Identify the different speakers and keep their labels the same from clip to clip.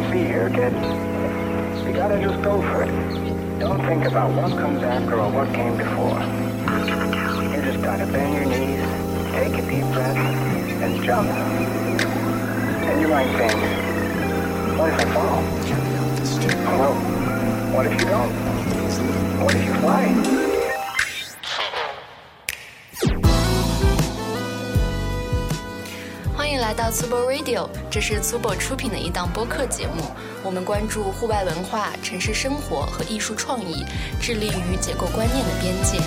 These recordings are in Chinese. Speaker 1: forget. You gotta just go for it. Don't think about what comes after or what came before. You just gotta bend your knees, take a deep breath, and jump. And you might think, what if I fall? Oh, well, what if you don't? What if you fly?
Speaker 2: 欢迎来到 Super Radio，这是 Super 出品的一档播客节目。我们关注户外文化、城市生活和艺术创意，致力于解构观念的边界。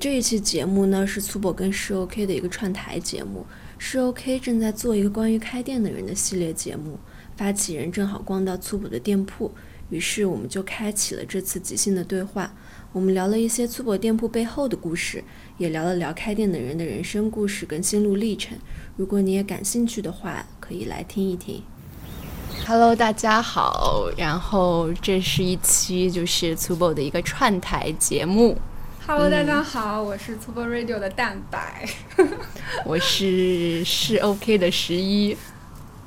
Speaker 3: 这一期节目呢是粗博跟是 OK 的一个串台节目，是 OK 正在做一个关于开店的人的系列节目，发起人正好逛到粗博的店铺，于是我们就开启了这次即兴的对话。我们聊了一些粗博店铺背后的故事，也聊了聊开店的人的人生故事跟心路历程。如果你也感兴趣的话，可以来听一听。
Speaker 2: Hello，大家好，然后这是一期就是粗 u 的一个串台节目，
Speaker 4: Hello，大家好，我是 Super Radio 的蛋白。
Speaker 2: 我是是 OK 的十一，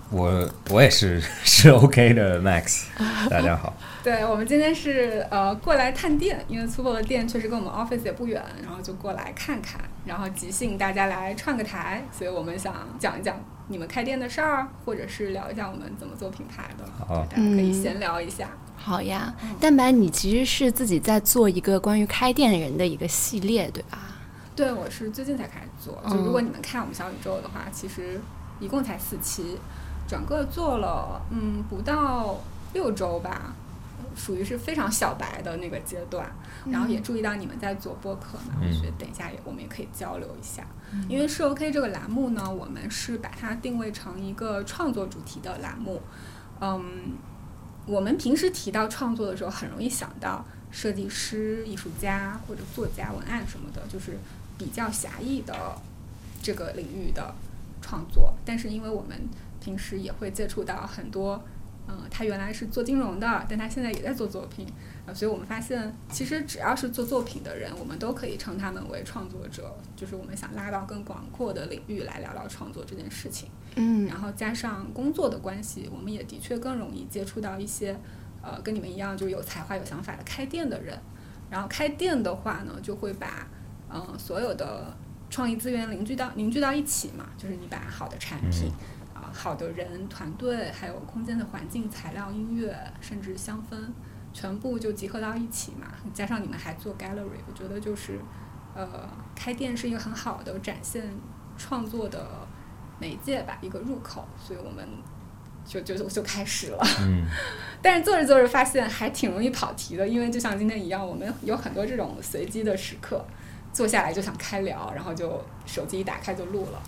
Speaker 5: 我我也是 是 OK 的 Max，大家好，
Speaker 4: 对我们今天是呃过来探店，因为 Super 的店确实跟我们 office 也不远，然后就过来看看，然后即兴大家来串个台，所以我们想讲一讲你们开店的事儿，或者是聊一下我们怎么做品牌的，
Speaker 5: 好
Speaker 4: 大家可以
Speaker 2: 嗯
Speaker 4: 闲聊一下。
Speaker 2: 好呀。蛋白，你其实是自己在做一个关于开店人的一个系列，对吧？
Speaker 4: 对，我是最近才开始做。就如果你们看我们小宇宙的话，其实一共才四期，整个做了嗯不到六周吧，属于是非常小白的那个阶段。然后也注意到你们在做播客嘛，我
Speaker 5: 嗯
Speaker 4: 觉得等一下也我们也可以交流一下。因为是 OK 这个栏目呢，我们是把它定位成一个创作主题的栏目。嗯，我们平时提到创作的时候，很容易想到设计师、艺术家或者作家、文案什么的，就是比较狭义的这个领域的创作。但是因为我们平时也会接触到很多，嗯、他原来是做金融的，但他现在也在做作品，啊，所以我们发现，其实只要是做作品的人，我们都可以称他们为创作者。就是我们想拉到更广阔的领域来聊聊创作这件事情。
Speaker 2: 嗯
Speaker 4: 然后加上工作的关系，我们也的确更容易接触到一些，呃，跟你们一样就是有才华、有想法的开店的人。然后开店的话呢，就会把嗯、呃所有的创意资源凝聚到凝聚到一起嘛，就是你把好的产品。啊，好的人、团队，还有空间的环境、材料、音乐，甚至香氛，全部就集合到一起嘛。加上你们还做 gallery，我觉得就是，呃，开店是一个很好的展现创作的媒介吧，一个入口，所以我们就就就就开始了。
Speaker 5: 嗯，
Speaker 4: 但是做着做着发现还挺容易跑题的，因为就像今天一样，我们有很多这种随机的时刻，坐下来就想开聊，然后就手机一打开就录了。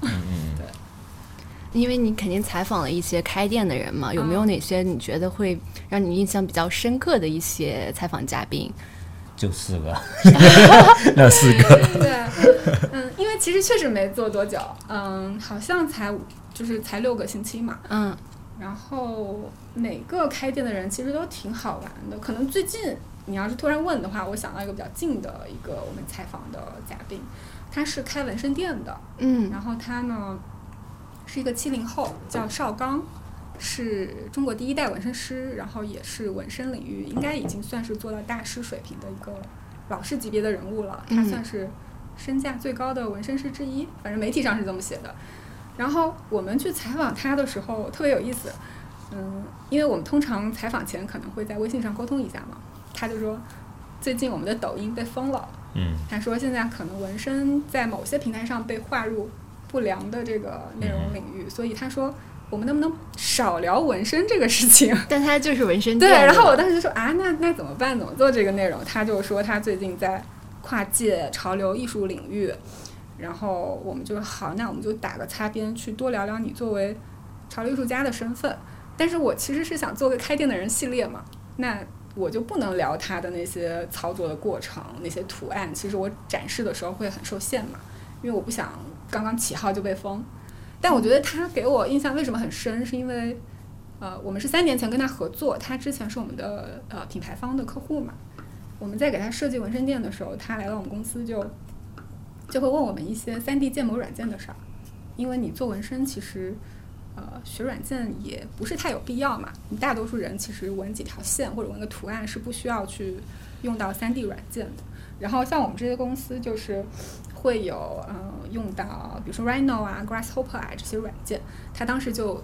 Speaker 2: 因为你肯定采访了一些开店的人嘛，有没有哪些你觉得会让你印象比较深刻的一些采访嘉宾？
Speaker 5: 就四个， 那四个，
Speaker 4: 对，嗯，因为其实确实没做多久，嗯，好像才五就是才六个星期嘛。
Speaker 2: 嗯
Speaker 4: 然后每个开店的人其实都挺好玩的，可能最近你要是突然问的话，我想到一个比较近的一个我们采访的嘉宾，他是开纹身店的，
Speaker 2: 嗯
Speaker 4: 然后他呢是一个七零后，叫邵刚，是中国第一代纹身师，然后也是纹身领域应该已经算是做到大师水平的一个老师级别的人物了。他
Speaker 2: 嗯
Speaker 4: 算是身价最高的纹身师之一，反正媒体上是这么写的。然后我们去采访他的时候特别有意思，嗯，因为我们通常采访前可能会在微信上沟通一下嘛，他就说最近我们的抖音被封了。
Speaker 5: 嗯，
Speaker 4: 他说现在可能纹身在某些平台上被划入不良的这个内容领域，所以他说我们能不能少聊纹身这个事情？
Speaker 2: 但他就是纹身
Speaker 4: 对，
Speaker 2: 店的
Speaker 4: 然后我当时就说啊，那那怎么办？怎么做这个内容？他就说他最近在跨界潮流艺术领域，然后我们就说好，那我们就打个擦边，去多聊聊你作为潮流艺术家的身份。但是我其实是想做个开店的人系列嘛，那我就不能聊他的那些操作的过程、那些图案，其实我展示的时候会很受限嘛，因为我不想刚刚起号就被封。但我觉得他给我印象为什么很深，是因为呃，我们是三年前跟他合作，他之前是我们的呃品牌方的客户嘛。我们在给他设计纹身店的时候，他来到我们公司就就会问我们一些 3D 建模软件的事儿，因为你做纹身其实。呃，学软件也不是太有必要嘛。你大多数人其实纹几条线或者纹个图案是不需要去用到 3D 软件的。然后像我们这些公司就是会有嗯、呃、用到，比如说 Rhino 啊、Grasshopper 啊这些软件。他当时就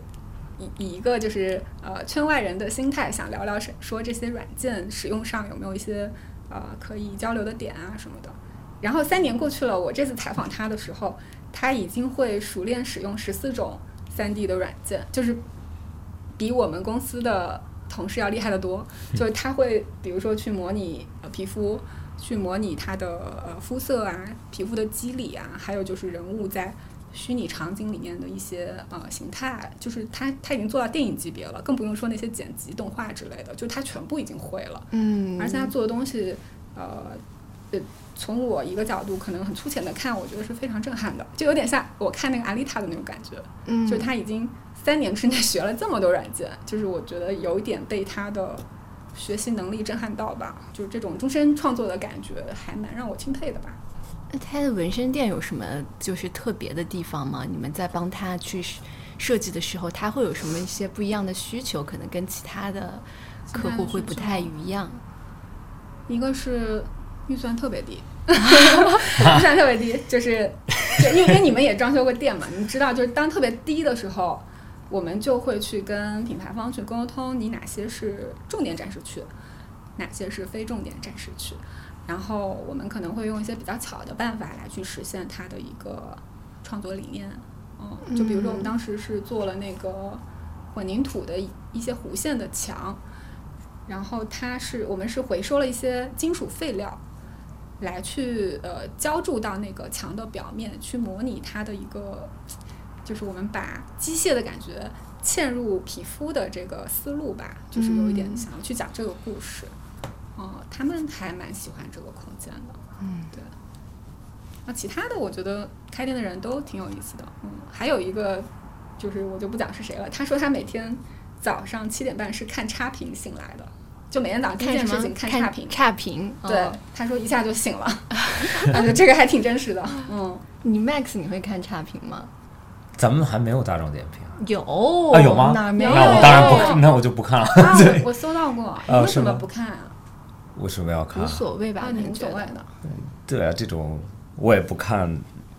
Speaker 4: 以以一个就是呃圈外人的心态，想聊聊说这些软件使用上有没有一些呃可以交流的点啊什么的。然后三年过去了，我这次采访他的时候，他已经会熟练使用十四种。三 D 的软件就是比我们公司的同事要厉害得多，就是他会比如说去模拟呃皮肤，去模拟它的呃肤色啊、皮肤的肌理啊，还有就是人物在虚拟场景里面的一些呃形态，就是他他已经做到电影级别了，更不用说那些剪辑、动画之类的，就他全部已经会了。
Speaker 2: 嗯，
Speaker 4: 而且他做的东西，呃，呃，从我一个角度可能很粗浅的看，我觉得是非常震撼的，就有点像我看那个阿丽塔的那种感觉。
Speaker 2: 嗯
Speaker 4: 就是他已经三年之内学了这么多软件，就是我觉得有一点被他的学习能力震撼到吧，就是这种终身创作的感觉还蛮让我钦佩的吧。
Speaker 6: 那他的纹身店有什么就是特别的地方吗？你们在帮他去设设计的时候，他会有什么一些不一样的需求？可能跟其他的客户会不太一样。
Speaker 4: 一个是预算特别低，预算特别低，就是就因为因为你们也装修过店嘛，你知道，就是当特别低的时候，我们就会去跟品牌方去沟通，你哪些是重点展示区，哪些是非重点展示区，然后我们可能会用一些比较巧的办法来去实现它的一个创作理念。嗯，就比如说我们当时是做了那个混凝土的一一些弧线的墙，然后它是我们是回收了一些金属废料，来去呃浇筑到那个墙的表面，去模拟它的一个，就是我们把机械的感觉嵌入皮肤的这个思路吧，就是有
Speaker 6: 嗯
Speaker 4: 一点想要去讲这个故事。哦、他们还蛮喜欢这个空间的。嗯，对。那其他的，我觉得开店的人都挺有意思的。嗯，还有一个就是我就不讲是谁了，他说他每天早上七点半是看差评醒来的，就每天早上第一
Speaker 6: 看
Speaker 4: 件
Speaker 6: 什
Speaker 4: 事
Speaker 6: 么
Speaker 4: 情？看差评。
Speaker 6: 差评。
Speaker 4: 对
Speaker 6: 哦，
Speaker 4: 他说一下就醒 了，我觉得这个还挺真实的。嗯，
Speaker 6: 你 Max 你会看差评吗？
Speaker 5: 咱们还没有大众点评
Speaker 6: 有
Speaker 5: 啊？有
Speaker 6: 哦
Speaker 5: 吗？
Speaker 6: 哪儿没
Speaker 5: 那
Speaker 6: 有？
Speaker 5: 我当然不，那我就不看了。
Speaker 4: 啊，我我搜到过，你为
Speaker 5: 是
Speaker 4: 什么
Speaker 5: 吗
Speaker 4: 不看啊？
Speaker 5: 为什么要看
Speaker 6: 无？所谓吧？
Speaker 4: 啊，你无所
Speaker 6: 可能觉
Speaker 4: 谓
Speaker 6: 得。
Speaker 4: 的。
Speaker 5: 对啊，这种我也不看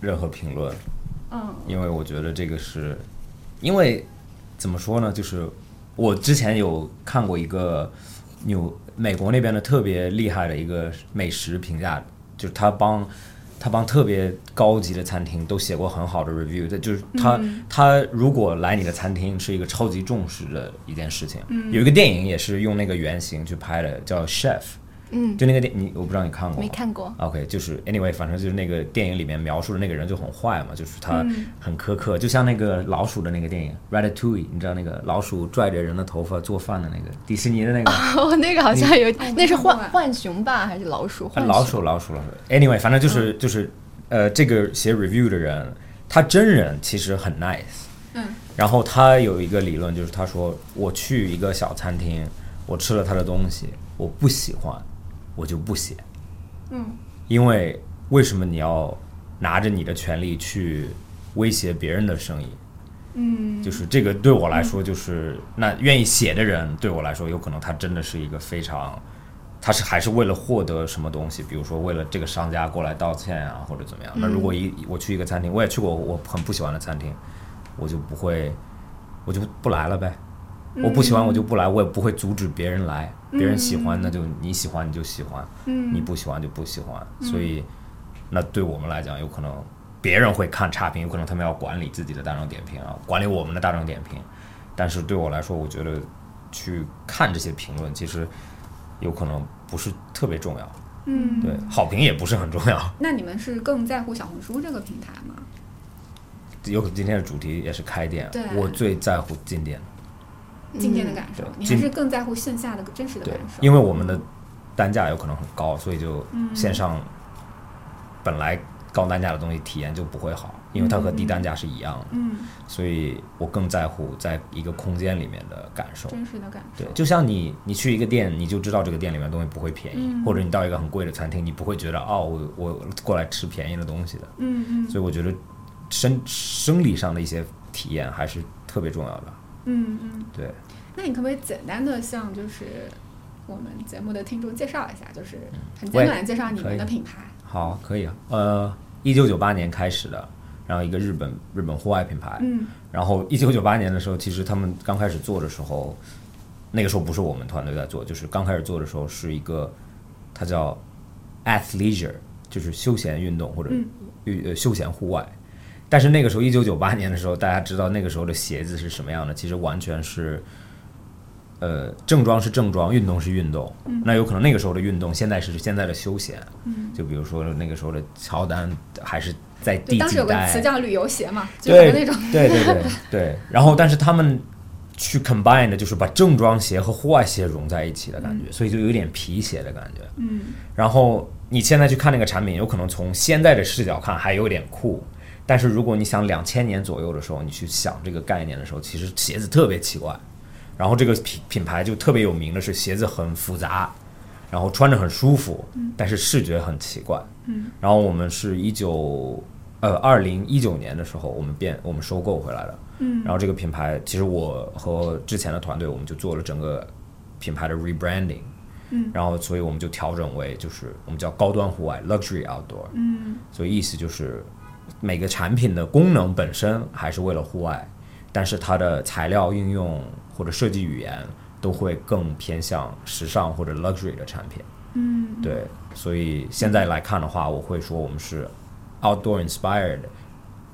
Speaker 5: 任何评论，
Speaker 4: 嗯
Speaker 5: 因为我觉得这个是，因为怎么说呢，就是我之前有看过一个纽美国那边的特别厉害的一个美食评价，就是他帮他帮特别高级的餐厅都写过很好的 review，但就是他、他如果来你的餐厅是一个超级重视的一件事情。有一个电影也是用那个原型去拍的，叫 Chef。嗯，就那个电你我不知道你看过吗
Speaker 6: 没看过。
Speaker 5: OK，就是 anyway，反正就是那个电影里面描述的那个人就很坏嘛，就是他很苛刻，就像那个老鼠的那个电影《Ratatouille》，你知道那个老鼠拽着人的头发做饭的那个迪士尼的那个、
Speaker 6: 哦，那个好像有，那是
Speaker 4: 看过
Speaker 6: 浣
Speaker 4: 哎
Speaker 6: 浣熊吧，还是老鼠？浣
Speaker 5: 嗯老
Speaker 6: 熊
Speaker 5: 鼠老鼠老鼠。Anyway，反正就是、
Speaker 4: 嗯
Speaker 5: 就是呃，这个写 review 的人，他真人其实很 nice。
Speaker 4: 嗯。
Speaker 5: 然后他有一个理论，就是他说我去一个小餐厅，我吃了他的东西，我不喜欢，我就不写。
Speaker 4: 嗯
Speaker 5: 因为为什么你要拿着你的权利去威胁别人的生意？
Speaker 4: 嗯，
Speaker 5: 就是这个对我来说，就是那愿意写的人，对我来说，有可能他真的是一个非常，他是还是为了获得什么东西，比如说为了这个商家过来道歉啊，或者怎么样。那如果一我去一个餐厅，我也去过我很不喜欢的餐厅，我就不会，我就不来了呗。我不喜欢我就不来，我也不会阻止别人来。别人喜欢那就你喜欢你就喜欢，你不喜欢就不喜欢。所以，那对我们来讲，有可能别人会看差评，有可能他们要管理自己的大众点评啊，管理我们的大众点评。但是对我来说，我觉得去看这些评论，其实有可能不是特别重要。
Speaker 4: 嗯，
Speaker 5: 对，好评也不是很重要。
Speaker 4: 那你们是更在乎小红书这个平台吗？
Speaker 5: 有可能今天的主题也是开店
Speaker 4: 对，
Speaker 5: 我最在乎进店。
Speaker 4: 今天的感受
Speaker 5: 对，
Speaker 4: 你还
Speaker 5: 今
Speaker 4: 是更在乎线下的真实的
Speaker 5: 对
Speaker 4: 感受？，
Speaker 5: 因为我们的单价有可能很高，所以就线上本来高单价的东西体验就不会好，因为它和低单价是一样的，
Speaker 4: 嗯，
Speaker 5: 所以我更在乎在一个空间里面的感受。
Speaker 4: 真实的感受
Speaker 5: 对，。就像你你去一个店，你就知道这个店里面东西不会便宜，或者你到一个很贵的餐厅，你不会觉得哦，我我过来吃便宜的东西的。
Speaker 4: 嗯嗯
Speaker 5: 所以我觉得生生理上的一些体验还是特别重要的。
Speaker 4: 嗯嗯，
Speaker 5: 对。
Speaker 4: 那你可不可以简单的向就是我们节目的听众介绍一下，就是很
Speaker 5: 嗯喂
Speaker 4: 简短的介绍你
Speaker 5: 可以
Speaker 4: 们的品牌？
Speaker 5: 好，可以啊。呃，一九九八年开始的，然后一个日本日本户外品牌。
Speaker 4: 嗯
Speaker 5: 然后一九九八年的时候，其实他们刚开始做的时候，那个时候不是我们团队在做，就是刚开始做的时候是一个，它叫 athleisure，就是休闲运动或者
Speaker 4: 嗯
Speaker 5: 运呃休闲户外。但是那个时候，一九九八年的时候，大家知道那个时候的鞋子是什么样的？其实完全是，呃，正装是正装，运动是运动。那有可能那个时候的运动，现在是现在的休闲。
Speaker 4: 嗯，
Speaker 5: 就比如说那个时候的乔丹还是在
Speaker 4: 对，
Speaker 5: 第
Speaker 4: 当时
Speaker 5: 几
Speaker 4: 有个
Speaker 5: 代
Speaker 4: 词？叫旅游鞋嘛，就
Speaker 5: 对
Speaker 4: 是那种
Speaker 5: 对对对对。然后，但是他们去 combine 的就是把正装鞋和户外鞋融在一起的感觉，所以就有点皮鞋的感觉。
Speaker 4: 嗯
Speaker 5: 然后你现在去看那个产品，有可能从现在的视角看还有点酷，但是如果你想两千年左右的时候，你去想这个概念的时候，其实鞋子特别奇怪。然后这个品品牌就特别有名的是鞋子很复杂，然后穿着很舒服，但是视觉很奇怪。
Speaker 4: 嗯，
Speaker 5: 然后我们是一九呃二零一九年的时候，我们变我们收购回来了。
Speaker 4: 嗯
Speaker 5: 然后这个品牌，其实我和之前的团队，我们就做了整个品牌的 rebranding。
Speaker 4: 嗯
Speaker 5: 然后所以我们就调整为就是我们叫高端户外 luxury outdoor，
Speaker 4: 嗯
Speaker 5: 所以意思就是每个产品的功能本身还是为了户外，但是它的材料应用或者设计语言都会更偏向时尚或者 luxury 的产品。
Speaker 4: 嗯，
Speaker 5: 对，所以现在来看的话，我会说我们是 outdoor inspired，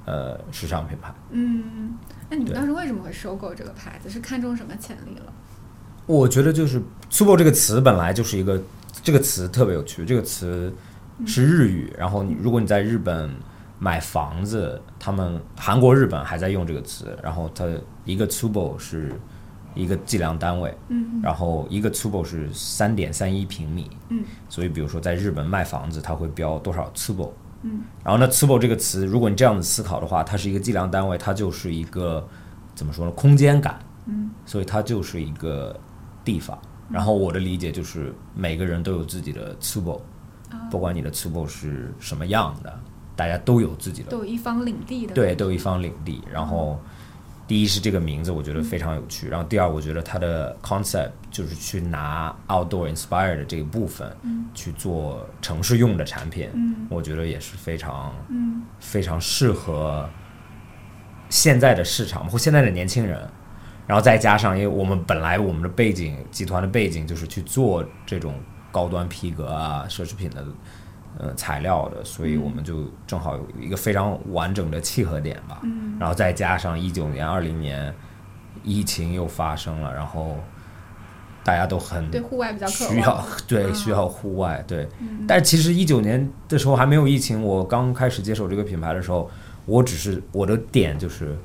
Speaker 5: 呃，时尚品牌。
Speaker 4: 嗯，那你们
Speaker 5: 对
Speaker 4: 当时为什么会收购这个牌子？是看中什么潜力了？
Speaker 5: 我觉得就是 “super” 这个词本来就是一个这个词特别有趣，这个词是日语。然后你如果你在日本买房子，他们韩国、日本还在用这个词。然后它一个 “super” 是一个计量单位，
Speaker 4: 嗯
Speaker 5: 然后一个 “super” 是三点三一平米。
Speaker 4: 嗯，
Speaker 5: 所以比如说在日本卖房子，它会标多少 “super”。
Speaker 4: 嗯，
Speaker 5: 然后呢，“super” 这个词，如果你这样子思考的话，它是一个计量单位，它就是一个怎么说呢？空间感。
Speaker 4: 嗯
Speaker 5: 所以它就是一个地方。然后我的理解就是，每个人都有自己的 tsubo，
Speaker 4: 啊，
Speaker 5: 不管你的 tsubo 是什么样的，大家都有自己
Speaker 4: 都
Speaker 5: 的，
Speaker 4: 有一方领地的，
Speaker 5: 对，都有一方领地。然后，第一是这个名字我觉得非常有
Speaker 4: 嗯
Speaker 5: 趣，然后第二我觉得它的 concept 就是去拿 outdoor inspired 的这一部分去做城市用的产品，
Speaker 4: 嗯
Speaker 5: 我觉得也是非常
Speaker 4: 嗯
Speaker 5: 非常适合现在的市场或现在的年轻人。然后再加上，因为我们本来我们的背景，集团的背景就是去做这种高端皮革啊、奢侈品的呃材料的，所以我
Speaker 4: 嗯
Speaker 5: 们就正好有一个非常完整的契合点吧。
Speaker 4: 嗯
Speaker 5: 然后再加上一九年、二零年疫情又发生了，然后大家都很
Speaker 4: 对户外比较渴望，
Speaker 5: 需要 对
Speaker 4: 嗯
Speaker 5: 需要户外对，但其实一九年的时候还没有疫情，我刚开始接手这个品牌的时候，我只是我的点就是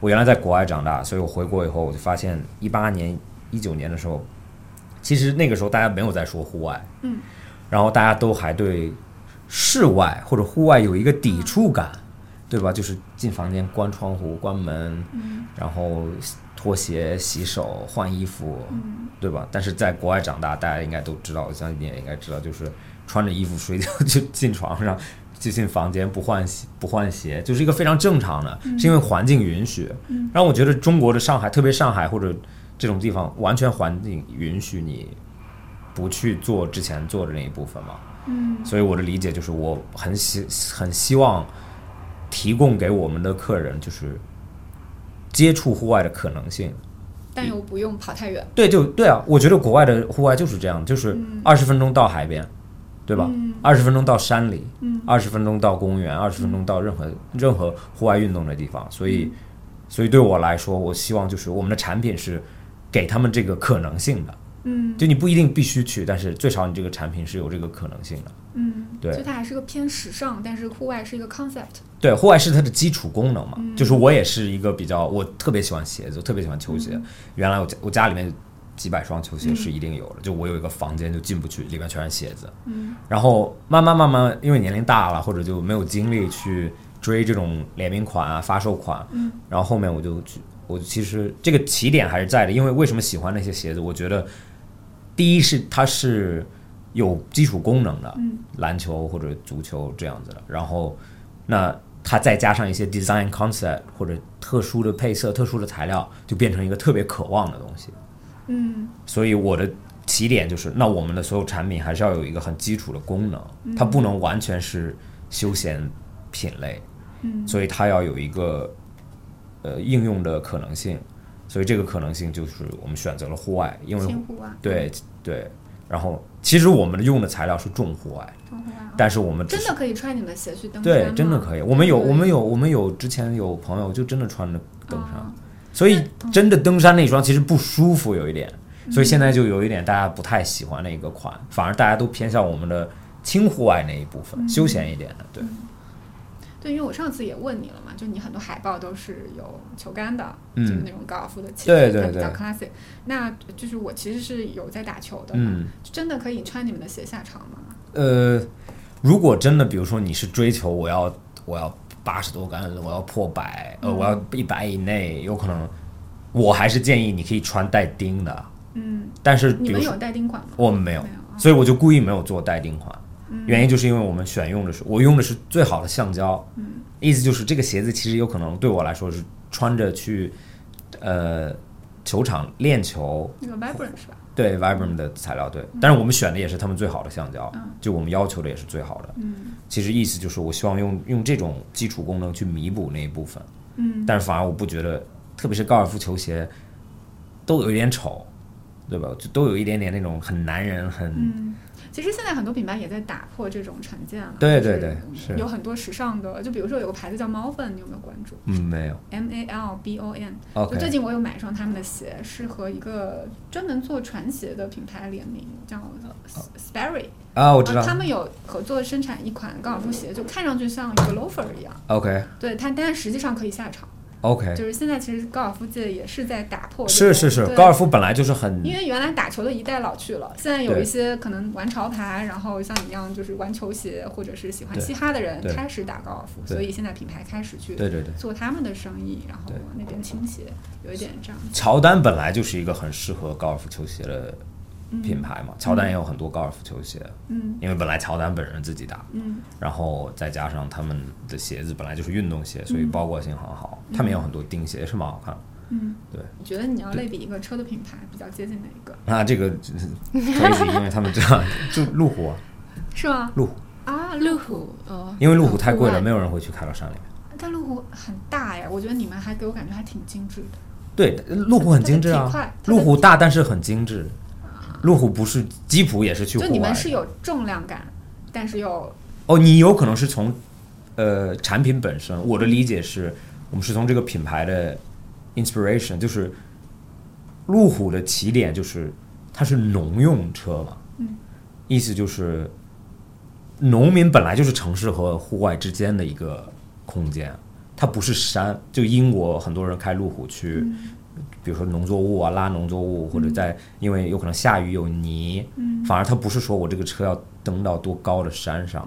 Speaker 5: 我原来在国外长大，所以我回国以后我就发现一八年一九年的时候，其实那个时候大家没有在说户外，
Speaker 4: 嗯，
Speaker 5: 然后大家都还对室外或者户外有一个抵触感，
Speaker 4: 嗯
Speaker 5: 对吧？就是进房间关窗户、关门，
Speaker 4: 嗯
Speaker 5: 然后脱鞋、洗手、换衣服，
Speaker 4: 嗯
Speaker 5: 对吧？但是在国外长大，大家应该都知道，我相信你也应该知道，就是穿着衣服睡觉 就进床上，就进房间不换鞋不换鞋，就是一个非常正常的，是因为环境允许。
Speaker 4: 嗯
Speaker 5: 让我觉得中国的上海，特别上海或者这种地方，完全环境允许你不去做之前做的那一部分嘛。
Speaker 4: 嗯
Speaker 5: 所以我的理解就是，我很希很希望提供给我们的客人就是接触户外的可能性。
Speaker 4: 但又不用跑太远，
Speaker 5: 对，就对啊，我觉得国外的户外就是这样，就是二十分钟到海边，对吧？二十分钟到山里，二十分钟到公园，二十分钟到任何任何户外运动的地方。所以，所以对我来说，我希望就是我们的产品是给他们这个可能性的。
Speaker 4: 嗯
Speaker 5: 就你不一定必须去，但是最少你这个产品是有这个可能性的。
Speaker 4: 嗯，
Speaker 5: 对
Speaker 4: 所以它还是个偏时尚，但是户外是一个 concept，
Speaker 5: 对，户外是它的基础功能
Speaker 4: 嗯
Speaker 5: 嘛，就是我也是一个比较，我特别喜欢鞋子，我特别喜欢球鞋。
Speaker 4: 嗯
Speaker 5: 原来我家我家里面几百双球鞋是一定有的，就我有一个房间就进不去，里面全是鞋子。
Speaker 4: 嗯，
Speaker 5: 然后慢慢慢慢，因为年龄大了，或者就没有精力去追这种联名款啊、发售款。
Speaker 4: 嗯，
Speaker 5: 然后后面我就去，我其实这个起点还是在的，因为为什么喜欢那些鞋子？我觉得第一是它是有基础功能的，
Speaker 4: 嗯
Speaker 5: 篮球或者足球这样子的，然后那它再加上一些 design concept 或者特殊的配色、特殊的材料，就变成一个特别渴望的东西。
Speaker 4: 嗯
Speaker 5: 所以我的起点就是，那我们的所有产品还是要有一个很基础的功
Speaker 4: 嗯
Speaker 5: 能，它不能完全是休闲品类，
Speaker 4: 嗯
Speaker 5: 所以它要有一个呃应用的可能性。所以这个可能性就是我们选择了户外，因为
Speaker 4: 千户啊，
Speaker 5: 对对，然后其实我们用的材料是重户外，
Speaker 4: 千户啊，
Speaker 5: 但是我们只
Speaker 4: 真
Speaker 5: 是
Speaker 4: 的可以穿你们的鞋去登山
Speaker 5: 对
Speaker 4: 吗
Speaker 5: 真的可以，我们有
Speaker 4: 对
Speaker 5: 我们有我们有之前有朋友就真的穿着登山，
Speaker 4: 啊
Speaker 5: 所以真的登山那双其实不舒服有一点，
Speaker 4: 嗯
Speaker 5: 所以现在就有一点大家不太喜欢的一个款，反而大家都偏向我们的轻户外那一部
Speaker 4: 嗯
Speaker 5: 分，休闲一点的。对，
Speaker 4: 对，因为我上次也问你了嘛，就你很多海报都是有球杆的，
Speaker 5: 嗯
Speaker 4: 就是那种高尔夫的球，
Speaker 5: 对对
Speaker 4: 它比较
Speaker 5: 对
Speaker 4: classic。那就是我其实是有在打球的嘛，
Speaker 5: 嗯，
Speaker 4: 真的可以穿你们的鞋下场吗？
Speaker 5: 呃，如果真的比如说你是追求我要我要八十多杆，我要破百，
Speaker 4: 嗯
Speaker 5: 呃，我要一百以内，有可能，我还是建议你可以穿带钉的，
Speaker 4: 嗯，
Speaker 5: 但是
Speaker 4: 你
Speaker 5: 比如
Speaker 4: 们
Speaker 5: 说
Speaker 4: 有带钉款吗？
Speaker 5: 我们没有
Speaker 4: 没有啊，嗯
Speaker 5: 所以我就故意没有做带钉款。原因就是因为我们选用的是我用的是最好的橡胶，
Speaker 4: 嗯
Speaker 5: 意思就是这个鞋子其实有可能对我来说是穿着去，呃，球场练球，
Speaker 4: 那个 Vibrant 是吧？
Speaker 5: 对 Vibram 的材料对，但是我们选的也是他们最好的橡胶，
Speaker 4: 嗯
Speaker 5: 就我们要求的也是最好的。其实意思就是我希望用用这种基础功能去弥补那一部分，
Speaker 4: 嗯，
Speaker 5: 但是反而我不觉得，特别是高尔夫球鞋，都有一点丑，对吧？就都有一点点那种很男人很。
Speaker 4: 嗯其实现在很多品牌也在打破这种成见了，
Speaker 5: 对
Speaker 4: 就是嗯
Speaker 5: 对对是
Speaker 4: 有很多时尚的，就比如说有个牌子叫猫粪，你有没有关注
Speaker 5: 嗯，没有。
Speaker 4: ？M A L B O N，就
Speaker 5: OK，
Speaker 4: 最近我有买一双他们的鞋，是和一个专门做船鞋的品牌联名，叫 Sperry。
Speaker 5: 啊，哦我知
Speaker 4: 啊
Speaker 5: 道。
Speaker 4: 他们有合作生产一款高尔夫鞋，就看上去像一个 loafer 一样，
Speaker 5: OK
Speaker 4: 对它，但实际上可以下场。就
Speaker 5: OK，
Speaker 4: 是现在其实高尔夫界也是在打破这种，
Speaker 5: 是是是，
Speaker 4: 对
Speaker 5: 高尔。夫本来就是很
Speaker 4: 因为原来打球的一代老去了，现在有
Speaker 5: 嗯对
Speaker 4: 一些可能玩潮牌，然后像你一样就是玩球鞋或者是喜欢
Speaker 5: 对
Speaker 4: 嘻哈的人
Speaker 5: 对
Speaker 4: 开始打高尔夫，
Speaker 5: 对
Speaker 4: 所以现在品牌开始去
Speaker 5: 对对对，
Speaker 4: 做他们的生意，然后
Speaker 5: 对
Speaker 4: 往那边倾斜，有一点这样。
Speaker 5: 乔丹本来就是一个很适合高尔夫球鞋的品牌嘛，乔丹也有很多高尔夫球鞋，
Speaker 4: 嗯
Speaker 5: 因为本来乔丹本人自己打，
Speaker 4: 嗯
Speaker 5: 然后再加上他们的鞋子本来就是运动鞋，所以包裹性很好，他们也有很多钉鞋是蛮好看的。
Speaker 4: 嗯，
Speaker 5: 对。
Speaker 4: 你觉得你要类比一个车的品牌，比较接近哪一个？
Speaker 5: 那这个 crazy，因为他们这样就路虎啊，
Speaker 4: 是吗？
Speaker 5: 路虎，
Speaker 4: 啊，
Speaker 6: 路虎，呃，
Speaker 5: 因为路虎太贵了，没
Speaker 6: 有。
Speaker 5: 有人会去开到山里面。
Speaker 4: 但路虎很大呀，我觉得你们还给我感觉还挺精致的。
Speaker 5: 对，路虎很精致
Speaker 4: 它的体
Speaker 5: 啊
Speaker 4: 块，它的
Speaker 5: 路虎大但是很精致。路虎不是吉普也是去
Speaker 4: 就
Speaker 5: 户外的，
Speaker 4: 你们是有重量感，但是又
Speaker 5: 哦，你有可能是从呃产品本身，我的理解是，我们是从这个品牌的 inspiration，就是路虎的起点就是它是农用车嘛，
Speaker 4: 嗯，
Speaker 5: 意思就是农民本来就是城市和户外之间的一个空间，它不是山，就英国很多人开路虎去。比如说农作物啊，拉农作物，或者在、因为有可能下雨有泥，反而它不是说我这个车要登到多高的山上，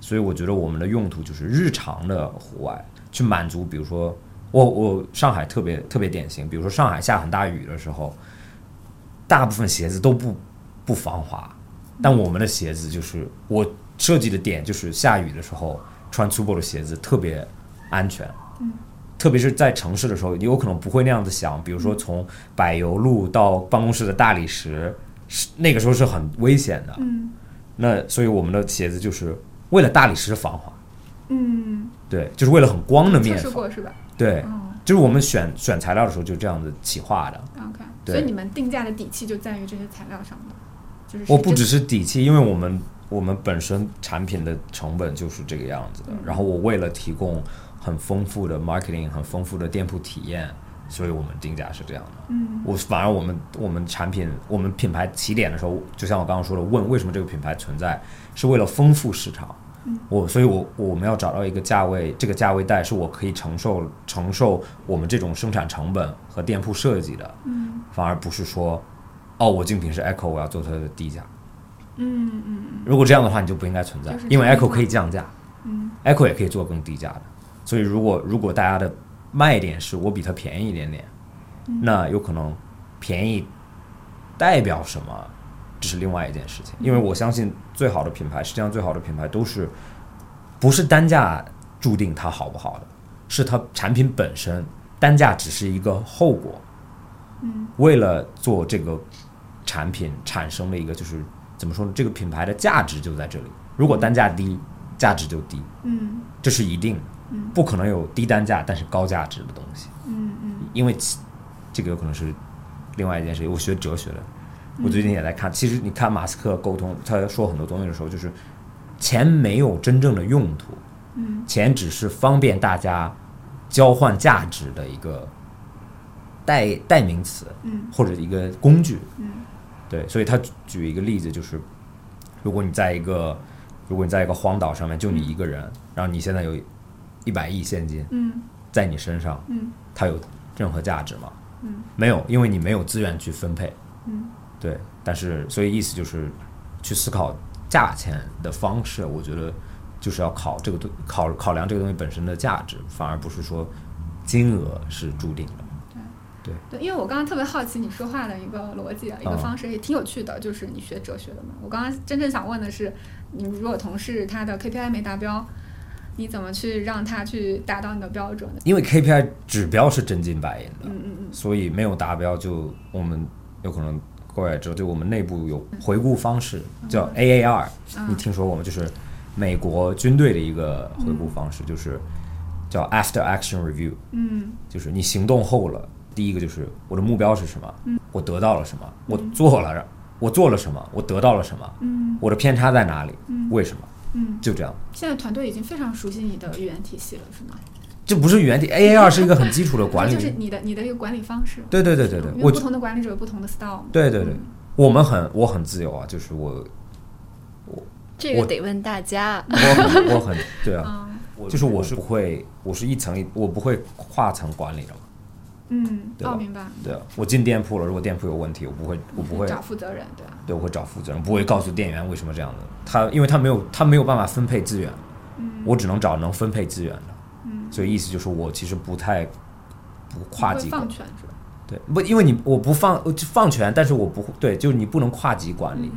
Speaker 5: 所以我觉得我们的用途就是日常的户外，去满足，比如说我我上海特别特别典型，比如说上海下很大雨的时候，大部分鞋子都不不防滑，
Speaker 4: 嗯
Speaker 5: 但我们的鞋子就是我设计的点就是下雨的时候穿粗布的鞋子特别安全，
Speaker 4: 嗯
Speaker 5: 特别是在城市的时候，你有可能不会那样子想，比如
Speaker 4: 嗯
Speaker 5: 说从柏油路到办公室的大理石，是那个时候是很危险的。
Speaker 4: 嗯
Speaker 5: 那所以我们的鞋子就是为了大理石防滑，
Speaker 4: 嗯，
Speaker 5: 对，就是为了很光的
Speaker 4: 测
Speaker 5: 面
Speaker 4: 试
Speaker 5: 防，
Speaker 4: 过是吧？
Speaker 5: 对，
Speaker 4: 嗯
Speaker 5: 就是我们选选材料的时候就这样子企划的。
Speaker 4: ，OK。
Speaker 5: 对
Speaker 4: 所以你们定价的底气就在于这些材料上了，就是
Speaker 5: 我不只
Speaker 4: 是
Speaker 5: 是底气，因为我们我们本身产品的成本就是这个样子
Speaker 4: 嗯
Speaker 5: 的。然后我为了提供很丰富的 marketing，很丰富的店铺体验，所以我们定价是这样的。嗯，我反而我们我们产品我们品牌起点的时候，就像我刚刚说的，问为什么这个品牌存在，是为了丰富市场。我所以我，我们要找到一个价位，这个价位带是我可以承受承受我们这种生产成本和店铺设计的，嗯，反而不是说，哦，我竞品是 Echo，我要做它的低价，嗯嗯，如果这样的话，你就不应该存在，
Speaker 4: 就是
Speaker 5: 因为
Speaker 4: 降价
Speaker 5: Echo 可以降价，嗯，Echo 也可以做更低价的，所以如果如果大家的卖点是我比它便宜一点点，那有可能便宜代表什么，这是另外一件事情。因为我相信最好的品牌，世界上最好的品牌都是不是单价注定它好不好的，是它产品本身单价只是一个后果。
Speaker 4: 嗯，
Speaker 5: 为了做这个产品产生了一个就是怎么说呢，这个品牌的价值就在这里。如果单价低，价值就低，
Speaker 4: 嗯
Speaker 5: 这是一定，不可能有低单价但是高价值的东西。
Speaker 4: 嗯嗯
Speaker 5: 因为其这个有可能是另外一件事情。我学哲学的，
Speaker 4: 嗯
Speaker 5: 我最近也在看。其实你看马斯克沟通，他说很多东西的时候，就是钱没有真正的用途，
Speaker 4: 嗯
Speaker 5: 钱只是方便大家交换价值的一个代代名词，
Speaker 4: 嗯
Speaker 5: 或者一个工具。
Speaker 4: 嗯
Speaker 5: 对，所以他举举一个例子，就是如果你在一个如果你在一个荒岛上面，就你一个人，然后你现在有一百亿现金
Speaker 4: 嗯
Speaker 5: 在你身上，
Speaker 4: 嗯
Speaker 5: 它有任何价值吗？
Speaker 4: 嗯，
Speaker 5: 没有，因为你没有资源去分配。
Speaker 4: 嗯，
Speaker 5: 对，但是所以意思就是，去思考价钱的方式，我觉得就是要考这个东考考量这个东西本身的价值，反而不是说金额是注定的。
Speaker 4: 对，因为我刚刚特别好奇你说话的一个逻辑啊，一个
Speaker 5: 嗯
Speaker 4: 方式也挺有趣的，就是你学哲学的嘛。我刚刚真正想问的是，你如果同事他的 KPI 没达标，你怎么去让他去达到你的标准呢？
Speaker 5: 因为 KPI 指标是真金白银的，
Speaker 4: 嗯嗯嗯
Speaker 5: 所以没有达标就我们有可能各位也知道，就我们内部有回顾方式
Speaker 4: 嗯
Speaker 5: 叫 AAR，、你听说过吗？就是美国军队的一个回顾方式，就是叫 After Action Review，
Speaker 4: 嗯
Speaker 5: 就是你行动后了，第一个就是我的目标是什么，
Speaker 4: 嗯
Speaker 5: 我得到了什么，我做了，我做了什么，我得到了什么，
Speaker 4: 嗯
Speaker 5: 我的偏差在哪里，
Speaker 4: 嗯
Speaker 5: 为什么，
Speaker 4: 嗯。
Speaker 5: 就这样。
Speaker 4: 现在团队已经非常熟悉你的语言体系了，是吗？
Speaker 5: 这不是原地 AAR 是一个很基础的管 理
Speaker 4: 就，是你的你的一个管理方式。
Speaker 5: 对对对对对
Speaker 4: 因，为
Speaker 5: 我
Speaker 4: 不同的管理者有不同的 style 嘛。
Speaker 5: 对对对，我们很我很自由啊，就是我
Speaker 6: 这
Speaker 5: 我
Speaker 6: 个得问大家。
Speaker 5: 我很 我很对啊，
Speaker 4: 嗯
Speaker 5: 就是我是不会，我是一层一，我不会跨层管理的嘛。
Speaker 4: 嗯，
Speaker 5: 对吧
Speaker 4: 哦，明白。
Speaker 5: 对啊，我进店铺了，如果店铺有问题，我不会，我不会，
Speaker 4: 找负责人，对啊吧？
Speaker 5: 对，我会找负责人，不会告诉店员为什么这样的。他因为他没有他没有办法分配资源，
Speaker 4: 嗯
Speaker 5: 我只能找能分配资源的。所以意思就是我其实不太不跨
Speaker 4: 不嗯会
Speaker 5: 级管
Speaker 4: 放权是吧？
Speaker 5: 对，不，因为你我不放呃就放权，但是我不会对，就是你不能跨级管理，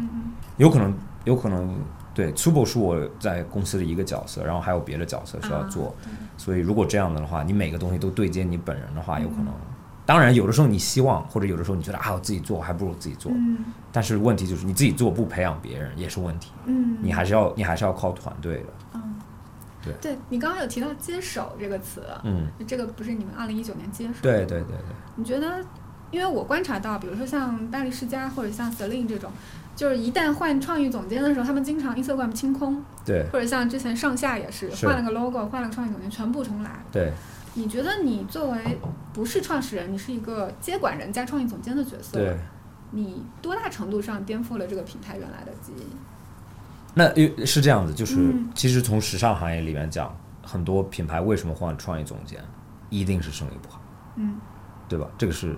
Speaker 5: 有可能有可能对 t u b o 是我在公司的一个角色，然后还有别的角色是要
Speaker 4: 啊
Speaker 5: 做，所以如果这样的话，你每个东西都对接你本人的话，有可能。
Speaker 4: 嗯
Speaker 5: 当然，有的时候你希望，或者有的时候你觉得啊，我自己做还不如自己做。
Speaker 4: 嗯
Speaker 5: 但是问题就是你自己做不培养别人也是问题，
Speaker 4: 嗯
Speaker 5: 你还是要你还是要靠团队的。
Speaker 4: 嗯，
Speaker 5: 对
Speaker 4: 对你刚刚有提到“接手”这个词，
Speaker 5: 嗯，
Speaker 4: 这个不是你们二零一九年接手？
Speaker 5: 对对对对，
Speaker 4: 你觉得？因为我观察到，比如说像大力世家或者像 Celine 这种，就是一旦换创意总监的时候，他们经常 Instagram 清空，
Speaker 5: 对
Speaker 4: 或者像之前上下也是
Speaker 5: 是
Speaker 4: 换了个 logo，换了个创意总监，全部重来。
Speaker 5: 对。
Speaker 4: 你觉得你作为不是创始人，你是一个接管人加创意总监的角色，
Speaker 5: 对
Speaker 4: 你多大程度上颠覆了这个平台原来的基因？
Speaker 5: 那又是这样子，就是、
Speaker 4: 嗯
Speaker 5: 其实从时尚行业里面讲，很多品牌为什么换创意总监，一定是生意不好，
Speaker 4: 嗯
Speaker 5: 对吧？这个是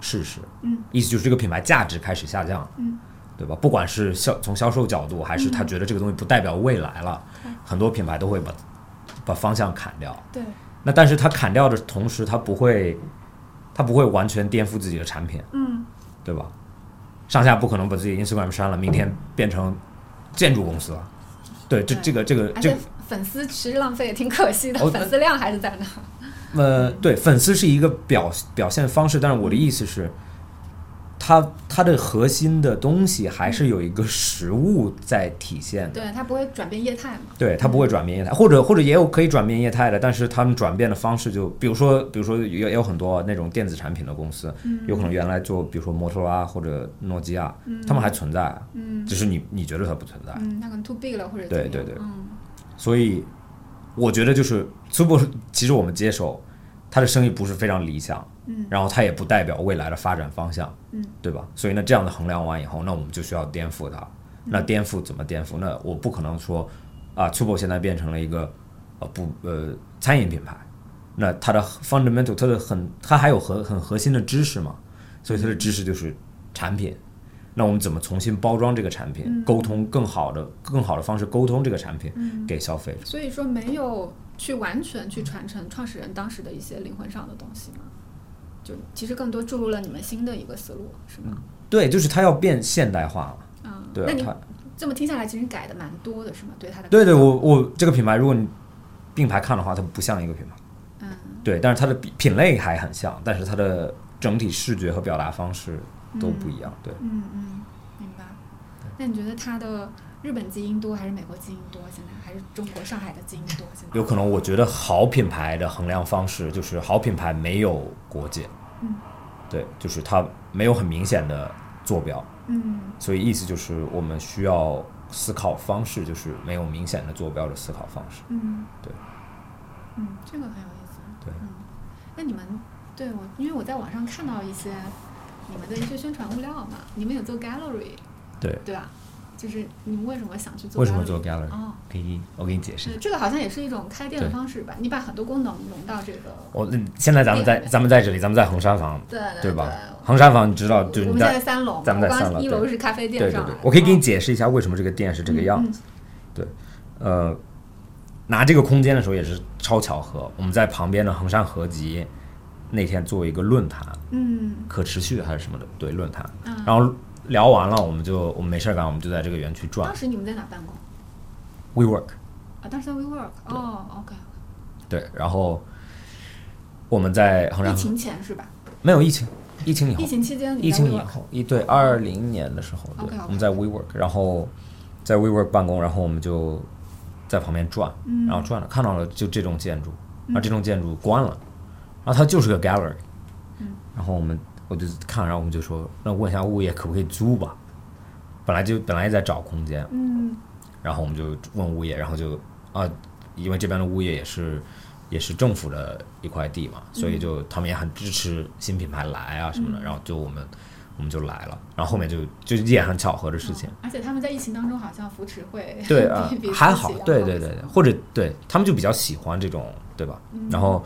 Speaker 5: 事实。
Speaker 4: 嗯，
Speaker 5: 意思就是这个品牌价值开始下降了。
Speaker 4: 嗯。
Speaker 5: 对吧？不管是销从销售角度，还是他觉得这个东西不代表未来了，
Speaker 4: 嗯
Speaker 5: 很多品牌都会把把方向砍掉。
Speaker 4: 对，
Speaker 5: 那但是他砍掉的同时，他不会他不会完全颠覆自己的产品，
Speaker 4: 嗯
Speaker 5: 对吧？上下不可能把自己 Instagram 删了，明天变成建筑公司了。对，这
Speaker 4: 对
Speaker 5: 这个这个
Speaker 4: 而
Speaker 5: 这
Speaker 4: 且
Speaker 5: 个
Speaker 4: 粉丝其实浪费也挺可惜的，
Speaker 5: 哦
Speaker 4: 粉丝量还是在那。
Speaker 5: 呃，对，粉丝是一个表表现方式，但是我的意思是，它它的核心的东西还是有一个实物在体现的。
Speaker 4: 对，它不会转变业态嘛？
Speaker 5: 对，它不会转变业态，或者或者也有可以转变业态的，但是他们转变的方式就，比如说，比如说也也有很多那种电子产品的公司，有可能原来做，比如说摩托罗拉或者诺基亚，他们还存在，啊
Speaker 4: 嗯
Speaker 5: 只是你你觉得它不存在，
Speaker 4: 嗯，那可能 too big 了或者
Speaker 5: 对
Speaker 4: 怎么样
Speaker 5: 对对
Speaker 4: 嗯
Speaker 5: 所以我觉得就是 Super，其实我们接手他的生意不是非常理想，
Speaker 4: 嗯，
Speaker 5: 然后它也不代表未来的发展方向，
Speaker 4: 嗯，
Speaker 5: 对吧？所以那这样的衡量完以后，那我们就需要颠覆它。
Speaker 4: 嗯
Speaker 5: 那颠覆怎么颠覆？那我不可能说啊，Super 现在变成了一个呃不呃餐饮品牌，那它的 fundamental 它的很它还有核很核心的知识嘛，所以它的知识就是产品。那我们怎么重新包装这个产品，
Speaker 4: 嗯
Speaker 5: 沟通更好的、更好的方式沟通这个产品、
Speaker 4: 嗯
Speaker 5: 给消费者？
Speaker 4: 所以说没有去完全去传承创始人当时的一些灵魂上的东西嘛？就其实更多注入了你们新的一个思路，是吗？
Speaker 5: 对，就是它要变现代化嘛。
Speaker 4: 啊、
Speaker 5: 对
Speaker 4: 那
Speaker 5: 啊，
Speaker 4: 你
Speaker 5: 它
Speaker 4: 这么听下来，其实你改的蛮多的，是吗？对它的
Speaker 5: 对对，我我这个品牌，如果你并排看的话，它不像一个品牌。
Speaker 4: 嗯，
Speaker 5: 对，但是它的品品类还很像，但是它的整体视觉和表达方式都不一样。对，
Speaker 4: 嗯嗯，明白。那你觉得它的日本基因多还是美国基因多？现在还是中国上海的基因多？现在
Speaker 5: 有可能我觉得好品牌的衡量方式就是好品牌没有国界，
Speaker 4: 嗯，
Speaker 5: 对，就是它没有很明显的坐标，
Speaker 4: 嗯
Speaker 5: 所以意思就是我们需要思考方式就是没有明显的坐标的思考方式。
Speaker 4: 嗯，
Speaker 5: 对，
Speaker 4: 嗯，这个很有意思。
Speaker 5: 对
Speaker 4: 嗯，那你们对我，因为我在网上看到一些你们的一些宣传物料嘛，你们有做 gallery，
Speaker 5: 对
Speaker 4: 对吧？就是你们为什么想去做？
Speaker 5: 为什么做 gallery？
Speaker 4: 哦，
Speaker 5: 可以，我给你解释
Speaker 4: 是
Speaker 5: 一下。
Speaker 4: 这个好像也是一种开店的
Speaker 5: 对
Speaker 4: 方式吧？你把很多功能融到这个，
Speaker 5: 我现在咱们在
Speaker 4: 对
Speaker 5: 咱们在这里，咱们在衡山房，
Speaker 4: 对
Speaker 5: 对吧
Speaker 4: 对？
Speaker 5: 衡山房你知道，
Speaker 4: 我
Speaker 5: 就是
Speaker 4: 我
Speaker 5: 你
Speaker 4: 们现在三楼嘛，
Speaker 5: 咱们在
Speaker 4: 我刚
Speaker 5: 三楼
Speaker 4: 一
Speaker 5: 对
Speaker 4: 楼是咖啡店
Speaker 5: 对对
Speaker 4: 上
Speaker 5: 对
Speaker 4: 来，的
Speaker 5: 我可以给你
Speaker 4: 哦
Speaker 5: 解释一下为什么这个店是这个样子。
Speaker 4: 嗯
Speaker 5: 呃，拿这个空间的时候也是超巧合，我们在旁边的衡山合集那天做一个论坛，
Speaker 4: 嗯
Speaker 5: 可持续还是什么的，对论坛，
Speaker 4: 嗯
Speaker 5: 然后聊完了，我们就我们没事儿干，我们就在这个园区转
Speaker 4: 当时你们在哪办公？
Speaker 5: WeWork。
Speaker 4: 啊，当时在 WeWork。哦，OK，
Speaker 5: 对，然后我们在衡山
Speaker 4: 疫
Speaker 5: 合
Speaker 4: 情前是吧？
Speaker 5: 没有疫情，疫情以后
Speaker 4: 疫，情期间你
Speaker 5: 疫
Speaker 4: 在
Speaker 5: 情以
Speaker 4: WeWork
Speaker 5: 后，一对二零年的时候，对
Speaker 4: OK，OK
Speaker 5: 我们在 WeWork，然后在 WeWork 办公，然后我们就在旁边转，
Speaker 4: 嗯
Speaker 5: 然后转了，看到了就这栋建筑，然后这栋建筑关了，然后它就是个 gallery，然
Speaker 4: 嗯
Speaker 5: 后我们我就看，然后我们就说，那问一下物业可不可以租吧？本来就本来也在找空间，
Speaker 4: 嗯
Speaker 5: 然后我们就问物业，然后就啊，因为这边的物业也是也是政府的一块地嘛，
Speaker 4: 嗯
Speaker 5: 所以就他们也很支持新品牌来啊什么的，然后就我们我们就来了，然后后面就就也很巧合的事情，
Speaker 4: 嗯而且他们在疫情当中好像扶持会
Speaker 5: 对啊
Speaker 4: 比比，
Speaker 5: 还
Speaker 4: 自己
Speaker 5: 好
Speaker 4: 要，
Speaker 5: 对
Speaker 4: 一
Speaker 5: 对
Speaker 4: 些
Speaker 5: 对对，或者对他们就比较喜欢这种，对吧？
Speaker 4: 嗯
Speaker 5: 然后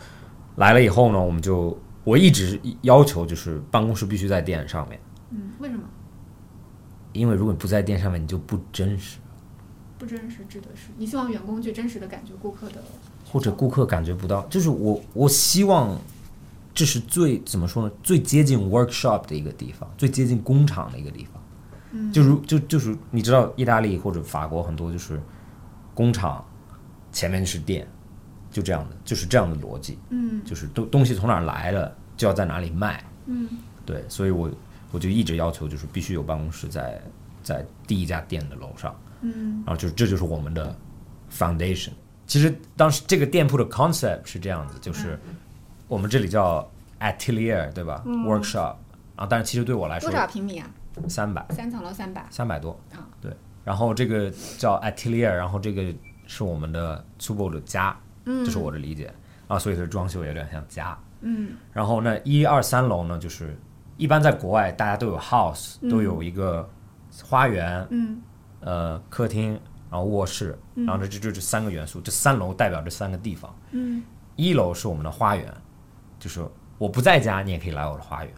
Speaker 5: 来了以后呢，我们就我一直要求就是办公室必须在店上面，
Speaker 4: 嗯，为什么
Speaker 5: 因为如果你不在店上面，你就不真实。
Speaker 4: 不真实指的是你希望员工去真实的感觉顾客的
Speaker 5: 或者顾客感觉不到，就是我我希望这是最怎么说呢？最接近 workshop 的一个地方，最接近工厂的一个地方。嗯，就如就就是你知道，意大利或者法国很多就是工厂前面是店，就这样的，就是这样的逻辑。
Speaker 4: 嗯
Speaker 5: 就是东东西从哪儿来的，就要在哪里卖。
Speaker 4: 嗯
Speaker 5: 对，所以我我就一直要求就是必须有办公室在在第一家店的楼上。
Speaker 4: 嗯
Speaker 5: 然后就是这就是我们的 foundation。其实当时这个店铺的 concept 是这样子，就是
Speaker 4: 嗯
Speaker 5: 我们这里叫 atelier 对吧、w o r k s h o p 啊，但是其实对我来
Speaker 4: 多
Speaker 5: 说
Speaker 4: 少平米啊？
Speaker 5: 三百
Speaker 4: 三层楼三百
Speaker 5: 三百多
Speaker 4: 啊，
Speaker 5: 对。然后这个叫 atelier，然后这个是我们的 Tubo 的家，这是我的理解啊，所以说装修也有点像家。
Speaker 4: 嗯
Speaker 5: 然后呢，一二三楼呢，就是一般在国外大家都有 house，、都有一个花园，
Speaker 4: 嗯
Speaker 5: 呃客厅，然后卧室，然后这这这这三个元素，这三楼代表这三个地方。
Speaker 4: 嗯
Speaker 5: 一楼是我们的花园，就是我不在家，你也可以来我的花园，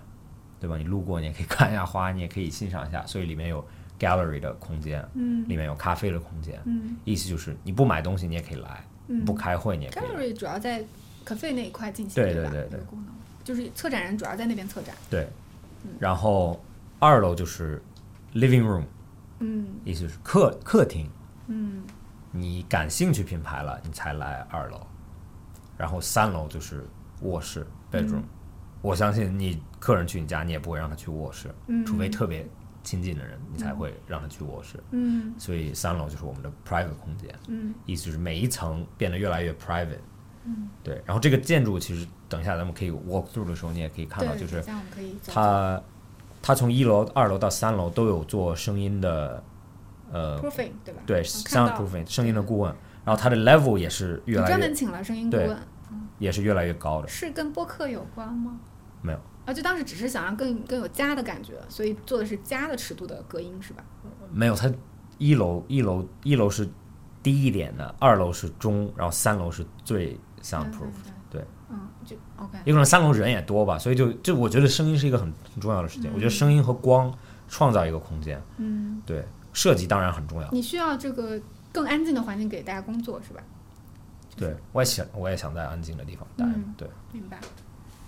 Speaker 5: 对吧？你路过你也可以看一下花，你也可以欣赏一下， 所以里面有 gallery 的空间，
Speaker 4: 嗯
Speaker 5: 里面有咖啡的空间，
Speaker 4: 嗯
Speaker 5: 意思就是你不买东西你也可以来，
Speaker 4: 嗯
Speaker 5: 不开会你也可以来。
Speaker 4: ，gallery 主要在 cafe 那一块进行
Speaker 5: 对
Speaker 4: 对吧
Speaker 5: 对对对
Speaker 4: 有功能，就是策展人主要在那边策展。
Speaker 5: 对，然后二楼就是 living room，
Speaker 4: 嗯
Speaker 5: 意思就是客客厅。
Speaker 4: 嗯
Speaker 5: 你感兴趣品牌了，你才来二楼，然后三楼就是卧室
Speaker 4: 嗯
Speaker 5: bedroom。我相信你客人去你家，你也不会让他去卧室，
Speaker 4: 嗯
Speaker 5: 除非特别亲近的人，你才会让他去卧室。
Speaker 4: 嗯
Speaker 5: 所以三楼就是我们的 private 空间，
Speaker 4: 嗯
Speaker 5: 意思就是每一层变得越来越 private。对。然后这个建筑其实等一下咱们可以 walk through 的时候，你也可以看到，
Speaker 4: 对
Speaker 5: 就是
Speaker 4: 这样我们可以走
Speaker 5: 它它从一楼、二楼到三楼都有做声音的呃
Speaker 4: proofing 对吧？
Speaker 5: 对
Speaker 4: 我看到
Speaker 5: soundproofing 声音的顾问，然后他的 level 也是
Speaker 4: 你
Speaker 5: 越来
Speaker 4: 专
Speaker 5: 越
Speaker 4: 门请了声音顾
Speaker 5: 对
Speaker 4: 问，
Speaker 5: 也是越来越高的，
Speaker 4: 是跟播客有关吗？
Speaker 5: 没有，
Speaker 4: 啊，就当时只是想让更更有家的感觉，所以做的是家的尺度的隔音是吧？
Speaker 5: 没有他一楼一楼一楼是低一点的，二楼是中，然后三楼是最 soundproof 的。对，
Speaker 4: 嗯，就 OK，
Speaker 5: 有可能三楼人也多吧，所以就就我觉得声音是一个很很重要的事情。我觉得声音和光创造一个空间，
Speaker 4: 嗯，
Speaker 5: 对设计当然很重要。
Speaker 4: 你需要这个更安静的环境给大家工作是吧？
Speaker 5: 对我也想我也想在安静的地方待着
Speaker 4: 嗯，
Speaker 5: 对。
Speaker 4: 明白。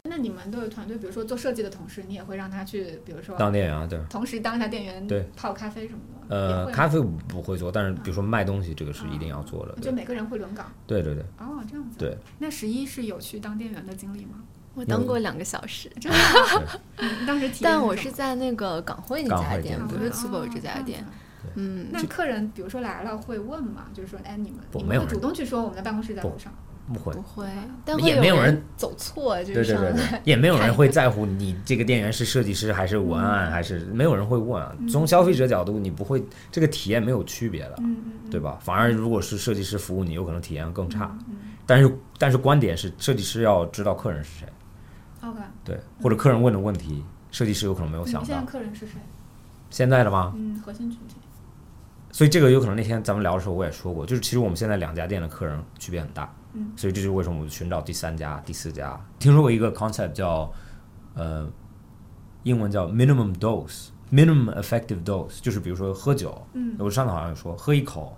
Speaker 4: 那你们都有团队，比如说做设计的同事，你也会让他去，比如说
Speaker 5: 当店员啊，对。
Speaker 4: 同时当一下店员，
Speaker 5: 对，
Speaker 4: 泡咖啡什么的，也
Speaker 5: 呃，
Speaker 4: 会吗哦
Speaker 5: 咖啡不会做，但是比如说卖东西，这个是一定要做的。
Speaker 4: 啊就每个人会轮岗。
Speaker 5: 对对对对，
Speaker 4: 哦，这样子。
Speaker 5: 对。
Speaker 4: 那十一是有去当店员的经历 吗？
Speaker 6: 我当过两个小时，
Speaker 4: 真的吗？你当时体验
Speaker 6: 但我
Speaker 4: 什
Speaker 6: 是
Speaker 4: 么
Speaker 6: 在那个港汇那
Speaker 5: 港
Speaker 6: 家
Speaker 5: 汇
Speaker 6: 店，
Speaker 5: 店
Speaker 6: 不是
Speaker 4: 哦
Speaker 6: Subo 这
Speaker 4: 样
Speaker 6: 家
Speaker 4: 子
Speaker 6: 店。嗯，
Speaker 4: 那客人比如说来了会问嘛，就是说，哎，你们
Speaker 5: 不
Speaker 4: 你们
Speaker 5: 没有
Speaker 4: 会
Speaker 5: 人
Speaker 4: 主动去说我们的办公室在
Speaker 5: 不
Speaker 4: 楼上，
Speaker 5: 不会
Speaker 6: 不。会，但
Speaker 5: 也
Speaker 6: 会
Speaker 5: 没有人
Speaker 6: 人走错，就
Speaker 5: 对
Speaker 6: 是
Speaker 5: 对
Speaker 6: 上
Speaker 5: 对
Speaker 6: 来
Speaker 5: 对，也没有
Speaker 6: 看
Speaker 5: 人
Speaker 6: 一
Speaker 5: 会
Speaker 6: 下
Speaker 5: 在乎你这个店员是设计师还是文
Speaker 4: 嗯
Speaker 5: 案，还是没有人会问啊。从消费者角度，你不会这个体验没有区别的，
Speaker 4: 嗯嗯
Speaker 5: 对吧？反而如果是设计师服务，你有可能体验更差。
Speaker 4: 嗯
Speaker 5: 但是但是观点是，设计师要知道客人是谁，
Speaker 4: 嗯，OK。
Speaker 5: 对，或者客人问的问题，设计师有可能没有
Speaker 4: 你
Speaker 5: 想啊
Speaker 4: 们现在
Speaker 5: 到。
Speaker 4: 客人是谁？
Speaker 5: 现在的吗？
Speaker 4: 嗯，核心群体。
Speaker 5: 所以这个有可能那天咱们聊的时候我也说过，就是其实我们现在两家店的客人区别很大，
Speaker 4: 嗯，
Speaker 5: 所以这就是为什么我们寻找第三家、第四家。听说过一个 concept 叫呃，英文叫 minimum dose。minimum effective dose 就是比如说喝酒，
Speaker 4: 嗯
Speaker 5: 我上次好像有说喝一口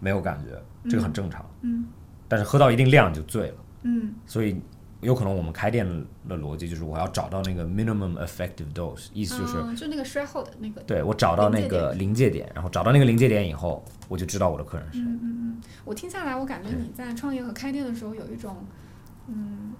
Speaker 5: 没有感觉，这个很正常，
Speaker 4: 嗯
Speaker 5: 但是喝到一定量你就醉了，
Speaker 4: 嗯
Speaker 5: 所以有可能我们开店的逻辑就是我要找到那个 minimum effective dose，意思就是
Speaker 4: 嗯就那个摔后的那个。
Speaker 5: 对我找到那个临界点，然后找到那个临界点以后，我就知道我的客人是谁。
Speaker 4: 嗯嗯嗯，我听下来，我感觉你在创业和开店的时候有一种，嗯，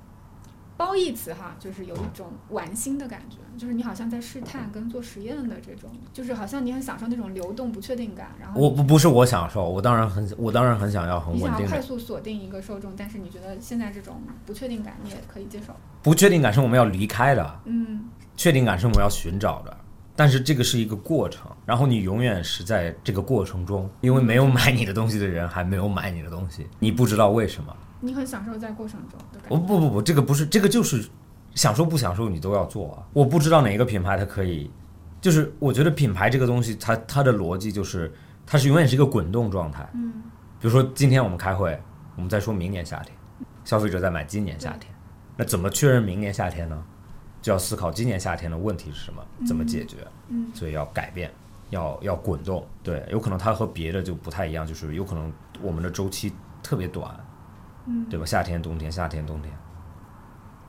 Speaker 4: 褒义词哈，就是有一种玩心的感觉，就是你好像在试探跟做实验的这种，就是好像你很享受那种流动不确定感，然后
Speaker 5: 我不不是我享受，我当然很我当然很想要很
Speaker 4: 你
Speaker 5: 稳
Speaker 4: 想要
Speaker 5: 定
Speaker 4: 快
Speaker 5: 的，
Speaker 4: 速锁定一个受众，但是你觉得现在这种不确定感你也可以接受，
Speaker 5: 不确定感是我们要离开的，
Speaker 4: 嗯
Speaker 5: 确定感是我们要寻找的。但是这个是一个过程，然后你永远是在这个过程中，因为没有买你的东西的人还没有买你的东西，你不知道为什么。
Speaker 4: 你很享受在过程中的感
Speaker 5: 我
Speaker 4: 觉，
Speaker 5: 不不不，这个不是这个就是享受不享受你都要做啊。我不知道哪一个品牌它可以，就是我觉得品牌这个东西它它的逻辑就是它是永远是一个滚动状态。
Speaker 4: 嗯，
Speaker 5: 比如说今天我们开会，我们在说明年夏天，消费者在买今年夏天，那怎么确认明年夏天呢？就要思考今年夏天的问题是什么，怎么解决，
Speaker 4: 嗯
Speaker 5: 所以要改变，要要滚动，对，有可能它和别的就不太一样，就是有可能我们的周期特别短，
Speaker 4: 嗯
Speaker 5: 对吧？夏天、冬天，夏天、冬天，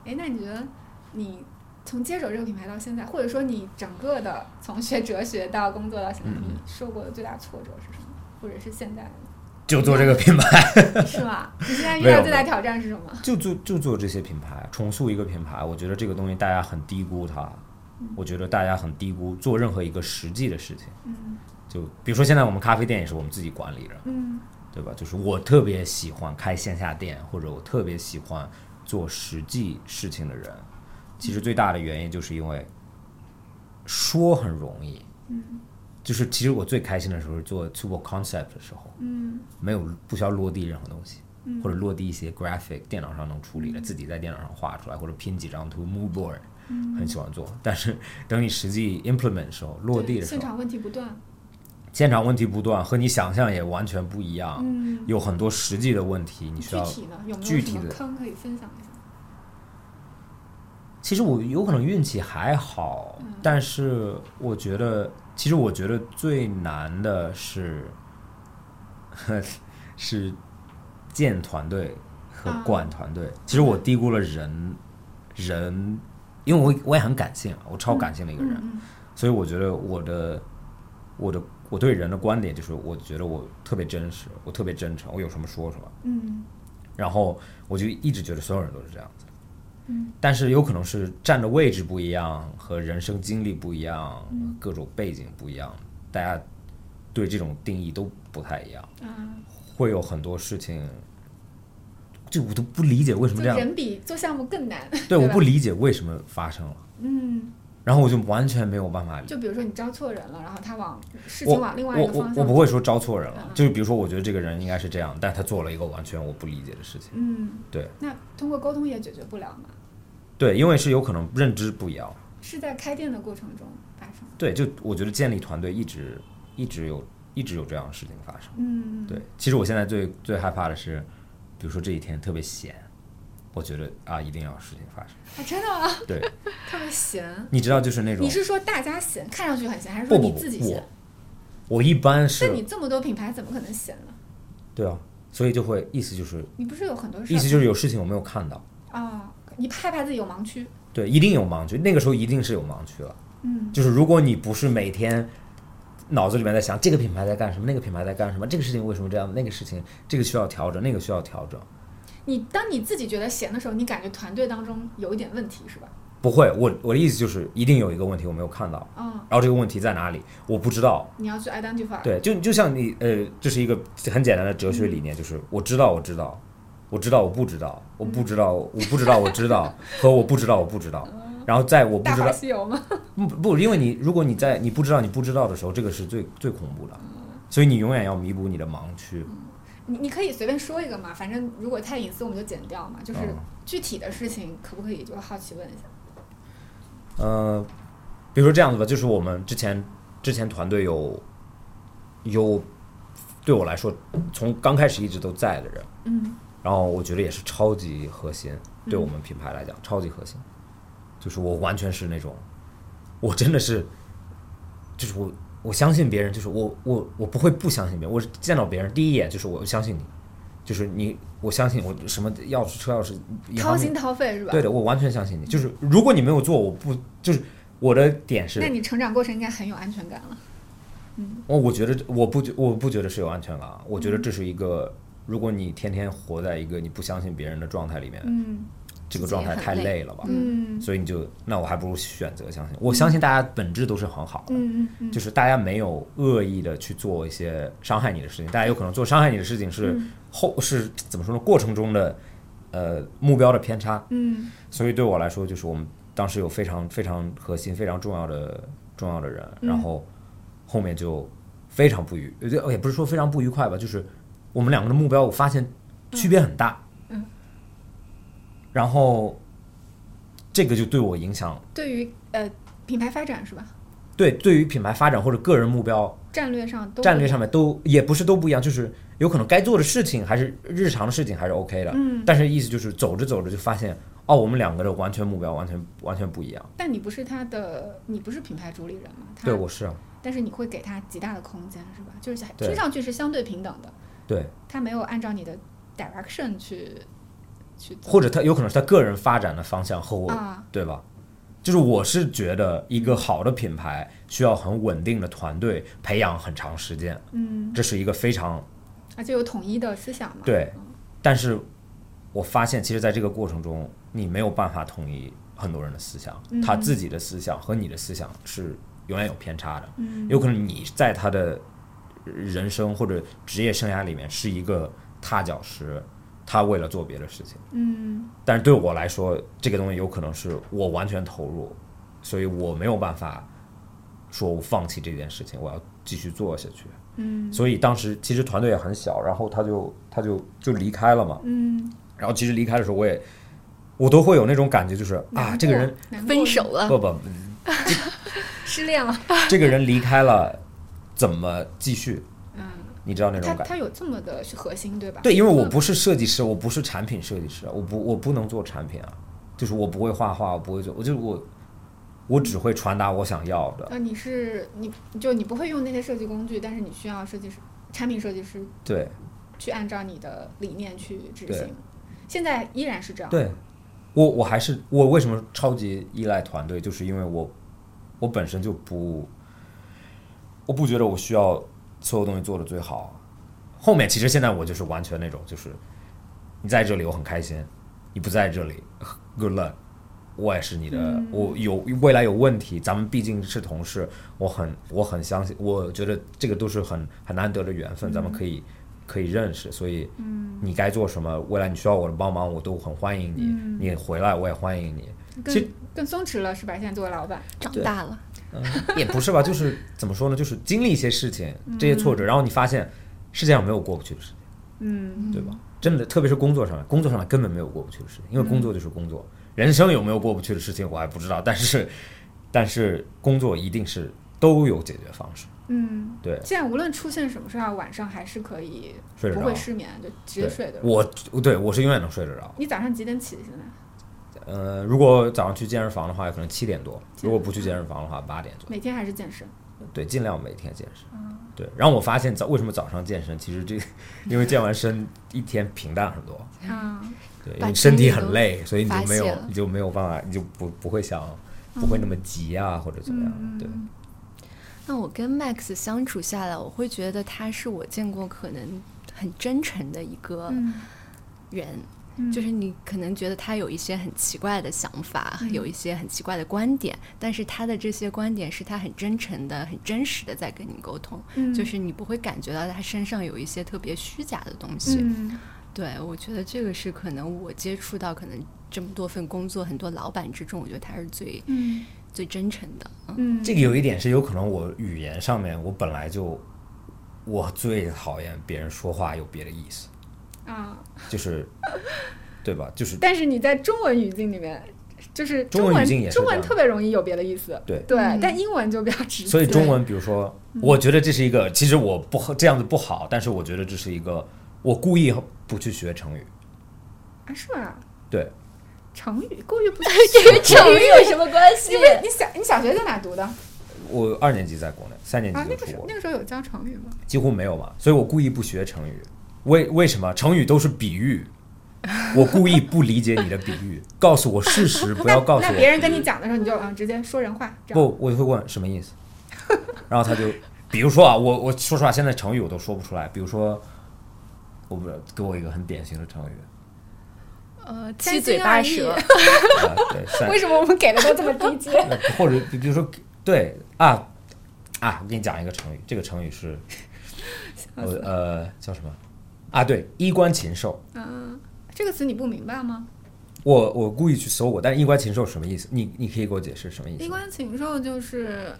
Speaker 4: 哎，那你觉得你从接手这个品牌到现在，或者说你整个的从学哲学到工作到现在，
Speaker 5: 嗯
Speaker 4: 你受过的最大挫折是什么？或者是现 在
Speaker 5: 就做这个品牌，
Speaker 4: 是吗？你现在遇
Speaker 5: 没有
Speaker 4: 到最大挑战是什么？
Speaker 5: 就做就做这些品牌，重塑一个品牌，我觉得这个东西大家很低估它，我觉得大家很低估做任何一个实际的事情。
Speaker 4: 嗯
Speaker 5: 就比如说现在我们咖啡店也是我们自己管理的，
Speaker 4: 嗯
Speaker 5: 对吧？就是我特别喜欢开线下店，或者我特别喜欢做实际事情的人，其实最大的原因就是因为说很容易，
Speaker 4: 嗯
Speaker 5: 就是其实我最开心的时候是做 Super Concept 的时候，
Speaker 4: 嗯
Speaker 5: 没有不需要落地任何东西，
Speaker 4: 嗯
Speaker 5: 或者落地一些 graphic 电脑上能处理的，自己在电脑上画出来或者拼几张图 mood board，很
Speaker 4: 嗯
Speaker 5: 喜欢做。但是等你实际 implement 的时候，落地
Speaker 4: 对
Speaker 5: 的时
Speaker 4: 现
Speaker 5: 候，啊
Speaker 4: 场问题不断，
Speaker 5: 现场问题不断，和你想象也完全不一样，
Speaker 4: 嗯，
Speaker 5: 有很多实际的问题你需
Speaker 4: 具
Speaker 5: 要。
Speaker 4: 体呢有没有
Speaker 5: 具
Speaker 4: 什
Speaker 5: 体
Speaker 4: 么
Speaker 5: 的
Speaker 4: 坑可以分享一下？
Speaker 5: 其实我有可能运气还好，
Speaker 4: 嗯
Speaker 5: 但是我觉得，其实我觉得最难的是， 是建团队和
Speaker 4: 啊
Speaker 5: 管团队。其实我低估了人，人，因为我我也很感性啊，我超感性的一个人，
Speaker 4: 嗯
Speaker 5: 所以我觉得我的我的我对人的观点就是，我觉得我特别真实，我特别真诚，我有什么说什么。
Speaker 4: 嗯
Speaker 5: 然后我就一直觉得所有人都是这样子。
Speaker 4: 嗯，
Speaker 5: 但是有可能是站的位置不一样，和人生经历不一样，各种背景不一样，大家对这种定义都不太一样，
Speaker 4: 嗯啊，
Speaker 5: 会有很多事情，就我都不理解为什
Speaker 4: 做
Speaker 5: 么这样，
Speaker 4: 人比做项目更难，
Speaker 5: 对，我
Speaker 4: 吧
Speaker 5: 不理解为什么发生了，
Speaker 4: 嗯，
Speaker 5: 然后我就完全没有办法理
Speaker 4: 就比如说你招错人了，然后他往事
Speaker 5: 我
Speaker 4: 情往另外一
Speaker 5: 我
Speaker 4: 个
Speaker 5: 我
Speaker 4: 方
Speaker 5: 我
Speaker 4: 向，
Speaker 5: 不会说招错人了
Speaker 4: 嗯，
Speaker 5: 就是比如说，我觉得这个人应该是这样，但他做了一个完全我不理解的事情。
Speaker 4: 嗯，
Speaker 5: 对，
Speaker 4: 那通过沟通也解决不了嘛。
Speaker 5: 对，因为是有可能认知不一样。
Speaker 4: 是在开店的过程中发生。
Speaker 5: 对，就我觉得建立团队一直一直有一直有这样的事情发生。
Speaker 4: 嗯，
Speaker 5: 对，其实我现在最最害怕的是，比如说这一天特别闲，我觉得啊一定要有事情发生。
Speaker 4: 啊，真的吗？
Speaker 5: 对，
Speaker 4: 特别闲。
Speaker 5: 你知道就是那种
Speaker 4: 你是说大家闲，看上去很闲，还是说
Speaker 5: 不不
Speaker 4: 你
Speaker 5: 不
Speaker 4: 自己
Speaker 5: 我
Speaker 4: 闲？
Speaker 5: 我一般是
Speaker 4: 但你这么多品牌，怎么可能闲呢？
Speaker 5: 对啊，所以就会意思就是
Speaker 4: 你不是有很多事
Speaker 5: 意
Speaker 4: 儿
Speaker 5: 思就是有事情我没有看到，
Speaker 4: 啊？你怕怕自己有盲区，
Speaker 5: 对，一定有盲区，那个时候一定是有盲区了。
Speaker 4: 嗯，
Speaker 5: 就是如果你不是每天脑子里面在想这个品牌在干什么，那个品牌在干什么，这个事情为什么这样，那个事情这个需要调整，那个需要调整，
Speaker 4: 你当你自己觉得闲的时候，你感觉团队当中有一点问题是吧？
Speaker 5: 不会，我我的意思就是一定有一个问题我没有看到，
Speaker 4: 嗯，
Speaker 5: 然后这个问题在哪里我不知道，
Speaker 4: 你要去 identify。
Speaker 5: 对，就就像你呃，这是一个很简单的哲学理
Speaker 4: 嗯
Speaker 5: 念，就是我知道我知道，我知道我不知道，我不知道我不知道我 知道和我不知道我不知道，然后在我
Speaker 4: 嗯
Speaker 5: 不
Speaker 4: 大
Speaker 5: 知
Speaker 4: 话
Speaker 5: 道
Speaker 4: 西游吗？
Speaker 5: 不不，因为你如果你在你不知道你不知道的时候，这个是最最恐怖的，
Speaker 4: 嗯
Speaker 5: 所以你永远要弥补你的盲区。
Speaker 4: 你你可以随便说一个嘛，反正如果太隐私我们就剪掉嘛。就是
Speaker 5: 嗯
Speaker 4: 具体的事情，可不可以就好奇问一下？
Speaker 5: 呃，比如说这样子吧，就是我们之前之前团队有有对我来说从刚开始一直都在的人，
Speaker 4: 嗯，
Speaker 5: 然后我觉得也是超级核心，对我们品牌来讲、超级核心，就是我完全是那种，我真的是，就是我我相信别人，就是我我我不会不相信别人，我是见到别人第一眼就是我相信你，就是你我相信我什么钥匙车钥匙银
Speaker 4: 掏
Speaker 5: 行
Speaker 4: 心
Speaker 5: 密
Speaker 4: 掏肺是吧？
Speaker 5: 对的，我完全相信你，就是如果你没有做，我不就是我的点是
Speaker 4: 那，你成长过程应该很有安全感了。
Speaker 5: 我我觉得我不觉我不觉得是有安全感啊，我觉
Speaker 4: 嗯
Speaker 5: 得这是一个。如果你天天活在一个你不相信别人的状态里面，
Speaker 4: 嗯
Speaker 5: 这个状态太累了吧？
Speaker 4: 嗯
Speaker 5: 所以你就那我还不如选择相信。我相信大家本质都是很好的，
Speaker 4: 嗯嗯
Speaker 5: 就是大家没有恶意的去做一些伤害你的事情，大家有可能做伤害你的事情是
Speaker 4: 嗯
Speaker 5: 后、是怎么说呢？过程中的呃目标的偏差，
Speaker 4: 嗯
Speaker 5: 所以对我来说，就是我们当时有非常非常核心、非常重要的重要的人，
Speaker 4: 嗯
Speaker 5: 然后后面就非常不愉，呃就也不是说非常不愉快吧，就是我们两个的目标，我发现区别很大。
Speaker 4: 嗯嗯
Speaker 5: 然后这个就对我影响，
Speaker 4: 对于呃品牌发展是吧？
Speaker 5: 对对于品牌发展或者个人目标、
Speaker 4: 战略上都
Speaker 5: 战略上面都也不是都不一样，就是有可能该做的事情还是日常的事情还是 OK 的，
Speaker 4: 嗯，
Speaker 5: 但是意思就是走着走着就发现，哦，我们两个的完全目标完全完全不一样。
Speaker 4: 但你不是他的，你不是品牌主理人嘛？他
Speaker 5: 对，我是啊，
Speaker 4: 但是你会给他极大的空间是吧？就是
Speaker 5: 对
Speaker 4: 听上去是相对平等的，
Speaker 5: 对，
Speaker 4: 他没有按照你的 direction 去去走
Speaker 5: 或者他有可能是他个人发展的方向和我，
Speaker 4: 啊，
Speaker 5: 对吧？就是我是觉得一个好的品牌需要很稳定的团队培养很长时间，
Speaker 4: 嗯，
Speaker 5: 这是一个非常
Speaker 4: 而且有统一的思想嘛？
Speaker 5: 对
Speaker 4: 嗯。
Speaker 5: 但是我发现，其实在这个过程中，你没有办法统一很多人的思想，
Speaker 4: 嗯
Speaker 5: 他自己的思想和你的思想是永远有偏差的。
Speaker 4: 嗯
Speaker 5: 有可能你在他的人生或者职业生涯里面是一个踏脚石，他为了做别的事情。
Speaker 4: 嗯
Speaker 5: 但是对我来说，这个东西有可能是我完全投入，所以我没有办法说我放弃这件事情，我要继续做下去。
Speaker 4: 嗯
Speaker 5: 所以当时其实团队也很小，然后他就他就就离开了嘛。
Speaker 4: 嗯
Speaker 5: 然后其实离开的时候，我也我都会有那种感觉，就是啊，这个人
Speaker 4: 难过嗯
Speaker 6: 分手了，
Speaker 5: 不不，
Speaker 4: 失恋 了，
Speaker 5: 这个人离开了，怎么继续？
Speaker 4: 嗯，
Speaker 5: 你知道那种
Speaker 4: 他
Speaker 5: 感觉？
Speaker 4: 他有这么的核心对吧？
Speaker 5: 对，因为我
Speaker 4: 嗯
Speaker 5: 不是设计师，我不是产品设计师，我不我不能做产品啊，就是我不会画画，我不会做，我就我我只会传达我想要的。
Speaker 4: 呃，你是你就你不会用那些设计工具，但是你需要设计师、产品设计师
Speaker 5: 对
Speaker 4: 去按照你的理念去执
Speaker 5: 对
Speaker 4: 行。现在依然是这样。
Speaker 5: 对，我我还是我为什么超级依赖团队，就是因为我我本身就不我不觉得我需要所有东西做的最好。后面其实现在我就是完全那种，就是你在这里我很开心，你不在这里 good luck，我也是你的，
Speaker 4: 嗯
Speaker 5: 我有未来有问题，咱们毕竟是同事，我很我很相信，我觉得这个都是很很难得的缘分，咱
Speaker 4: 嗯
Speaker 5: 们可以可以认识，所以你该做什么，未来你需要我的帮忙，我都很欢迎你，
Speaker 4: 嗯
Speaker 5: 你回来我也欢 迎你，其
Speaker 4: 更
Speaker 5: 实
Speaker 4: 更松弛了是吧？现在作为老板，
Speaker 6: 长大了，
Speaker 5: 也不是吧，就是怎么说呢，就是经历一些事情，这些挫折，然后你发现世界上没有过不去的事情，
Speaker 4: 嗯，
Speaker 5: 对吧？真的，特别是工作上面，工作上面根本没有过不去的事情，因为工作就是工
Speaker 4: 嗯
Speaker 5: 作，人生有没有过不去的事情我还不知道，但是但是工作一定是都有解决方式，
Speaker 4: 嗯，
Speaker 5: 对。
Speaker 4: 现在无论出现什么事儿，晚上还是可以
Speaker 5: 睡得
Speaker 4: 不
Speaker 5: 着
Speaker 4: 会失眠，就直接睡的。
Speaker 5: 我对我是永远能睡得着。
Speaker 4: 你早上几点起？现在
Speaker 5: 呃，如果早上去健身房的话，可能七点多；如果不去健身房的话，八点左右。
Speaker 4: 每天还是健身？
Speaker 5: 对，尽量每天健身。
Speaker 6: 嗯
Speaker 5: 对，然后我发现早为什么早上健身，其实这因为健完身一天平淡很多，
Speaker 4: 嗯，
Speaker 5: 对，因
Speaker 6: 把
Speaker 5: 为身体
Speaker 6: 精力都
Speaker 5: 很累，所以你
Speaker 6: 发
Speaker 5: 就没
Speaker 6: 泄
Speaker 5: 有
Speaker 6: 了嗯
Speaker 5: 你就没有办法，你就不不会想不会那么急啊或者怎么样，对。
Speaker 6: 那我跟 Max 相处下来，我会觉得他是我见过可能很真诚的一个
Speaker 4: 嗯
Speaker 6: 人。就是你可能觉得他有一些很奇怪的想法，
Speaker 4: 嗯
Speaker 6: 有一些很奇怪的观点，但是他的这些观点是他很真诚的、很真实的在跟你沟通，
Speaker 4: 嗯
Speaker 6: 就是你不会感觉到他身上有一些特别虚假的东西。
Speaker 4: 嗯
Speaker 6: 对我觉得这个是可能我接触到可能这么多份工作、很多老板之中，我觉得他是最、
Speaker 4: 嗯
Speaker 6: 最真诚的。嗯
Speaker 4: 嗯，
Speaker 5: 这个有一点是有可能我语言上面我本来就我最讨厌别人说话有别的意思，
Speaker 4: 啊，
Speaker 5: 就是对吧？就是
Speaker 4: 但是你在中文语境里面，就是
Speaker 5: 中文
Speaker 4: 文
Speaker 5: 语境也是
Speaker 4: 中
Speaker 5: 这样
Speaker 4: 特别容易有别的意思，
Speaker 5: 对
Speaker 4: 对，但英文就比较直接，
Speaker 5: 所以中文，比如说，
Speaker 6: 嗯
Speaker 5: 我觉得这是一个，其实我不好这样子不好，但是我觉得这是一个，我故意不去学成语，
Speaker 4: 啊是吗？
Speaker 5: 对，
Speaker 4: 成语故 意不学
Speaker 6: 成语有什么关系
Speaker 4: 因为你小你小学在哪读的啊？
Speaker 5: 我二年级在国内，三年级
Speaker 4: 那
Speaker 5: 就
Speaker 4: 个
Speaker 5: 出
Speaker 4: 时候
Speaker 5: 国，
Speaker 4: 那个时候有教成语吗？
Speaker 5: 几乎没有嘛，所以我故意不学成语，为为什么？成语都是比喻，我故意不理解你的比喻，告诉我事实，不要告诉
Speaker 4: 那
Speaker 5: 我
Speaker 4: 别人跟
Speaker 5: 比喻
Speaker 4: 你讲的时候，你就啊直接说人话，这样
Speaker 5: 不，我就会问什么 意思，然后他就，比如说啊，我我说实话，现在成语我都说不出来，比如说，我不知道，给我一个很典型的成语，
Speaker 6: 呃，
Speaker 4: 三
Speaker 6: 七
Speaker 4: 心
Speaker 6: 嘴八
Speaker 4: 二意
Speaker 6: 舌，
Speaker 5: 啊，对，善
Speaker 4: 为什 么我们给的都这么低 阶？
Speaker 5: 那或者比比如说，对啊啊，我给你讲一个成语，这个成语是呃呃叫什么啊？对，衣冠禽兽。
Speaker 4: 嗯，这个词你不明白吗？
Speaker 5: 我我故意去搜过，但是衣冠禽兽什么意思？你你可以给我解释什么意
Speaker 4: 衣
Speaker 5: 思吗？
Speaker 4: 冠禽兽就是，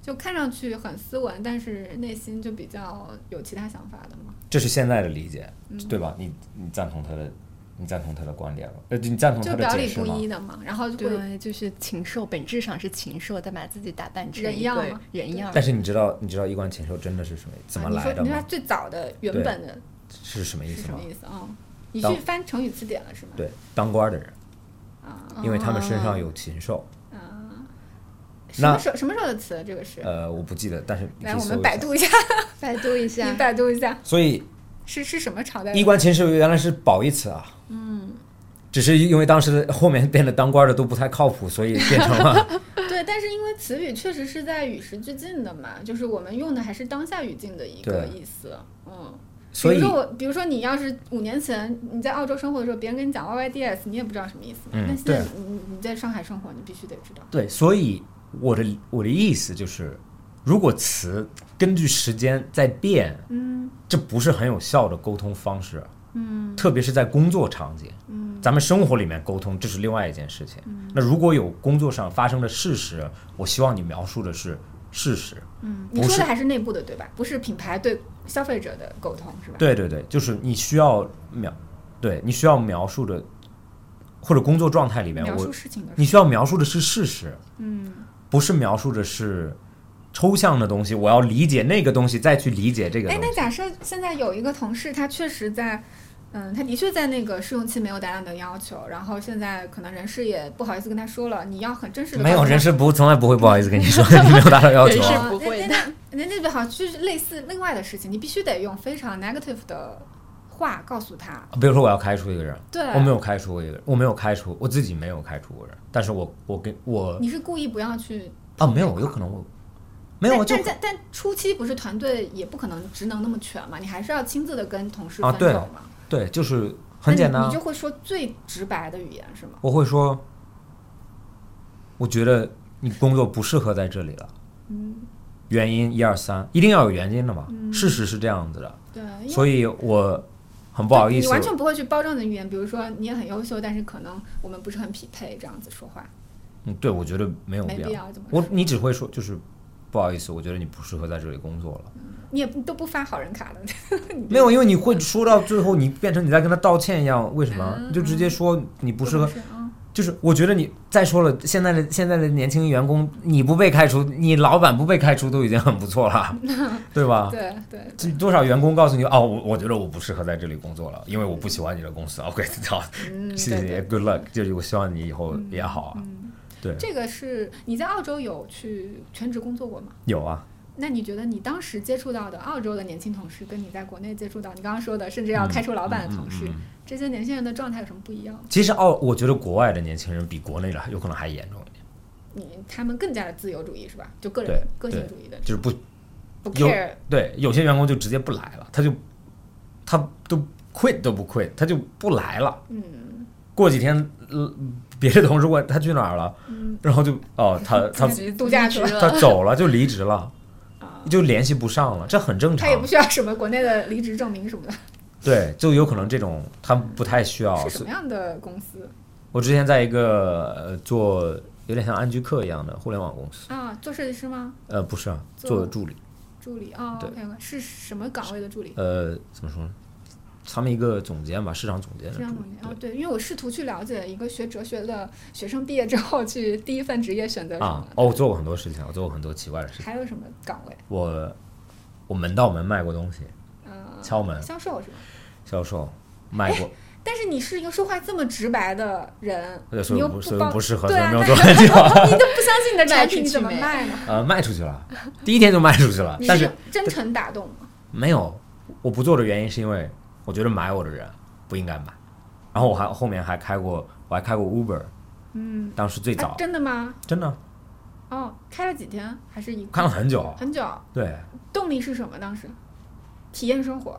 Speaker 4: 就看上去很斯文，但是内心就比较有其他想法的嘛。
Speaker 5: 这是现在的理解，
Speaker 4: 嗯
Speaker 5: 对吧？你你赞同他的，你赞同他的观点吗？呃，你赞同
Speaker 4: 就
Speaker 5: 他的
Speaker 4: 表
Speaker 5: 解
Speaker 4: 里
Speaker 5: 释
Speaker 4: 不
Speaker 5: 吗
Speaker 4: 一？的嘛，然后就会 啊
Speaker 6: 对，就是禽兽，本质上是禽兽，但把自己打扮成
Speaker 4: 人
Speaker 6: 一
Speaker 4: 样
Speaker 6: 个
Speaker 4: 嘛
Speaker 6: 人样儿。
Speaker 5: 但是你知道你知道衣冠禽兽真的是什么怎么
Speaker 4: 啊你
Speaker 5: 来
Speaker 4: 说
Speaker 5: 的
Speaker 4: 你说它
Speaker 5: 吗？
Speaker 4: 最早的原
Speaker 5: 对
Speaker 4: 本的
Speaker 5: 是什么意
Speaker 4: 是
Speaker 5: 思
Speaker 4: 什
Speaker 5: 吗
Speaker 4: 么？意思啊？你
Speaker 5: 当
Speaker 4: 去翻成语词典了是吗？
Speaker 5: 对，当官的人，
Speaker 4: 啊，
Speaker 5: 因为他们身上有禽兽。
Speaker 4: 什么
Speaker 5: 那
Speaker 4: 时候什么时候的词？啊这个是
Speaker 5: 呃，我不记得，但是你
Speaker 4: 来
Speaker 5: 可以
Speaker 4: 我
Speaker 5: 搜
Speaker 4: 们
Speaker 5: 一
Speaker 4: 百
Speaker 5: 下
Speaker 4: 度一下，
Speaker 6: 百度一
Speaker 4: 你
Speaker 6: 下，
Speaker 4: 百度一下
Speaker 5: 所以
Speaker 4: 是是什么朝代的？啊
Speaker 5: 衣冠禽兽原来是褒义词啊。嗯。只是因为当时后面变得当官的都不太靠谱，所以变成 了
Speaker 4: 对，但是因为词语确实是在与时俱进的嘛，就是我们用的还是当下语境的一个
Speaker 5: 对
Speaker 4: 意思，嗯。
Speaker 5: 所以
Speaker 4: 比如说我，比如说你要是五年前你在澳洲生活的时候，别人跟你讲 YYDS，你也不知道什么意思嘛。
Speaker 5: 嗯
Speaker 4: 但现在
Speaker 5: 对
Speaker 4: 你你在上海生活，你必须得知道。
Speaker 5: 对，所以我的我的意思就是，如果词根据时间在变，
Speaker 4: 嗯
Speaker 5: 这不是很有效的沟通方式。嗯，特别是在工作场景，嗯，咱们生活里面沟通这是另外一件事情。那如果有工作上发生的事实，我希望你描述的是事实，
Speaker 4: 嗯，你
Speaker 5: 不
Speaker 4: 说
Speaker 5: 是
Speaker 4: 的还是内部的对吧？不是品牌对消费者的沟通是吧？
Speaker 5: 对对对，就是你需要描，对你需要描述的，或者工作状态里面，
Speaker 4: 描
Speaker 5: 我
Speaker 4: 述事情的时
Speaker 5: 你
Speaker 4: 候，
Speaker 5: 需要描述的是事实，
Speaker 4: 嗯，
Speaker 5: 不是描述的是抽象的东西。我要理解那个东西，再去理解这个
Speaker 4: 哎，
Speaker 5: 东
Speaker 4: 那
Speaker 5: 西。
Speaker 4: 假设现在有一个同事，他确实在，嗯，他的确在那个试用期没有达到你的要求，然后现在可能人事也不好意思跟他说了，你要很真实的
Speaker 5: 没有人
Speaker 4: 事。
Speaker 5: 事不从来不会不好意思跟你 说，你没有达到要求
Speaker 6: 人事
Speaker 5: 啊。
Speaker 4: 啊
Speaker 6: 不会的
Speaker 4: 那那那那边好，就是类似另外的事情，你必须得用非常 negative 的话告诉他。
Speaker 5: 比如说我要开除一个人，
Speaker 4: 对，
Speaker 5: 哦我没有开除过一个人，我没有开除我自己没有开除过人，但是我我跟我
Speaker 4: 你是故意不要去。
Speaker 5: 啊没有，有可能我没有
Speaker 4: 但
Speaker 5: 我就
Speaker 4: 但但但初期不是团队也不可能职能那么全嘛，你还是要亲自的跟同事
Speaker 5: 啊
Speaker 4: 分
Speaker 5: 对
Speaker 4: 手嘛。
Speaker 5: 对，就是
Speaker 4: 那
Speaker 5: 很简
Speaker 4: 你
Speaker 5: 单啊。
Speaker 4: 你就会说最直白的语言是吗？
Speaker 5: 我会说，我觉得你工作不适合在这里了。
Speaker 4: 嗯
Speaker 5: 原因一二三，一定要有原因的嘛。事实是这样子的，
Speaker 4: 对，因为
Speaker 5: 所以我很不好意
Speaker 4: 哎你
Speaker 5: 思。
Speaker 4: 完全不会去包装你的语言，比如说你也很优秀，但是可能我们不是很匹配，这样子说话
Speaker 5: 嗯，对，我觉得没有
Speaker 4: 没
Speaker 5: 必
Speaker 4: 必要这么
Speaker 5: 我
Speaker 4: 说
Speaker 5: 你只会说就是不好意思，我觉得你不适合在这里工作了。
Speaker 4: 你也你都不发好人卡的，嗯
Speaker 5: 没有，因为你会说到最后，你变成你在跟他道歉一样，为什么？你就直接说你
Speaker 4: 嗯
Speaker 5: 不
Speaker 4: 不
Speaker 5: 适合。
Speaker 4: 是嗯
Speaker 5: 就是我觉得你再说了，现在的现在的年轻员工，你不被开除，你老板不被开除都已经很不 错了，对吧？
Speaker 4: 对对，
Speaker 5: 这多少员工告诉你哦，我我觉得我不适合在这里工作了，因为我不喜欢你的公司。OK，好，
Speaker 4: 嗯，
Speaker 5: 谢
Speaker 4: 对
Speaker 5: 谢
Speaker 4: 对嗯
Speaker 5: ，Good luck，就是我希望你以后也好啊。对，
Speaker 4: 这个是你在澳洲有去全职工作过吗？
Speaker 5: 有啊，
Speaker 4: 那你觉得你当时接触到的澳洲的年轻同事，跟你在国内接触到你刚刚说的，甚至要开除老板的同事，
Speaker 5: 嗯嗯嗯
Speaker 4: 这些年轻人的状态有什么不一样吗？
Speaker 5: 其实澳，我觉得国外的年轻人比国内的还有可能还严重一点，
Speaker 4: 你他们更加的自由主义是吧？就个人
Speaker 5: 对
Speaker 4: 个性主义的，
Speaker 5: 就是不
Speaker 4: 不
Speaker 5: 有
Speaker 4: care
Speaker 5: 对有些员工就直接不来了，他就他都 quit 都不 quit，他就不来了。嗯，过几天，呃别的同事问他去哪儿了，然后就哦，他他
Speaker 4: 自己度假去嗯了，啊
Speaker 5: 他走了，就离职了，就联系不上了，这很正常
Speaker 4: 他也。不需要什么国内的离职证明什么的。
Speaker 5: 对，就有可能这种他们不太需要。
Speaker 4: 是什么样的公司
Speaker 5: 我之前在一个呃做有点像安居客一样的互联网公司，
Speaker 4: 啊？做设计师吗？
Speaker 5: 呃，不是啊，
Speaker 4: 做
Speaker 5: 做的助理，
Speaker 4: 助理啊、
Speaker 5: 对
Speaker 4: o k 是什么岗位的助理？
Speaker 5: 呃，怎么说呢？他们一个总监吧，市场总监的
Speaker 4: 这样
Speaker 5: 助
Speaker 4: 吗
Speaker 5: 理。？
Speaker 4: 哦，对，因为我试图去了解一个学哲学的学生毕业之后去第一份职业选择
Speaker 5: 对
Speaker 4: 什
Speaker 5: 啊
Speaker 4: 么，，
Speaker 5: 哦，我做过很多事情，我做过很多奇怪的事情。
Speaker 4: 还有什么岗位？
Speaker 5: 我我门到门卖过东西，
Speaker 4: 呃，
Speaker 5: 敲门、
Speaker 4: 销售是吧？
Speaker 5: 销售，卖过，
Speaker 4: 但是你是一个说话这么直白的人，
Speaker 5: 对所
Speaker 4: 你
Speaker 5: 以
Speaker 4: 又
Speaker 5: 我不
Speaker 4: 不
Speaker 5: 所以我
Speaker 4: 帮，
Speaker 5: 不适合，所
Speaker 4: 对
Speaker 5: 以
Speaker 4: 啊，
Speaker 5: 没有
Speaker 4: 那
Speaker 5: 做很久。
Speaker 4: 你都不相信你的
Speaker 6: 卖
Speaker 4: 产品，
Speaker 6: 出去
Speaker 4: 你怎么
Speaker 6: 没
Speaker 4: 卖呢？
Speaker 5: 呃，卖出去了，第一天就卖出去了
Speaker 4: 你，
Speaker 5: 啊但
Speaker 4: 是真诚打动吗？
Speaker 5: 没有，我不做的原因是因为我觉得买我的人不应该买，然后我还后面还开过，我还开过 Uber，嗯，当时最
Speaker 4: 啊
Speaker 5: 早，
Speaker 4: 真的吗？
Speaker 5: 真的
Speaker 4: 哦，开了几天还是一
Speaker 5: 看了很久，
Speaker 4: 很久，
Speaker 5: 对，
Speaker 4: 动力是什么？当时体验生活，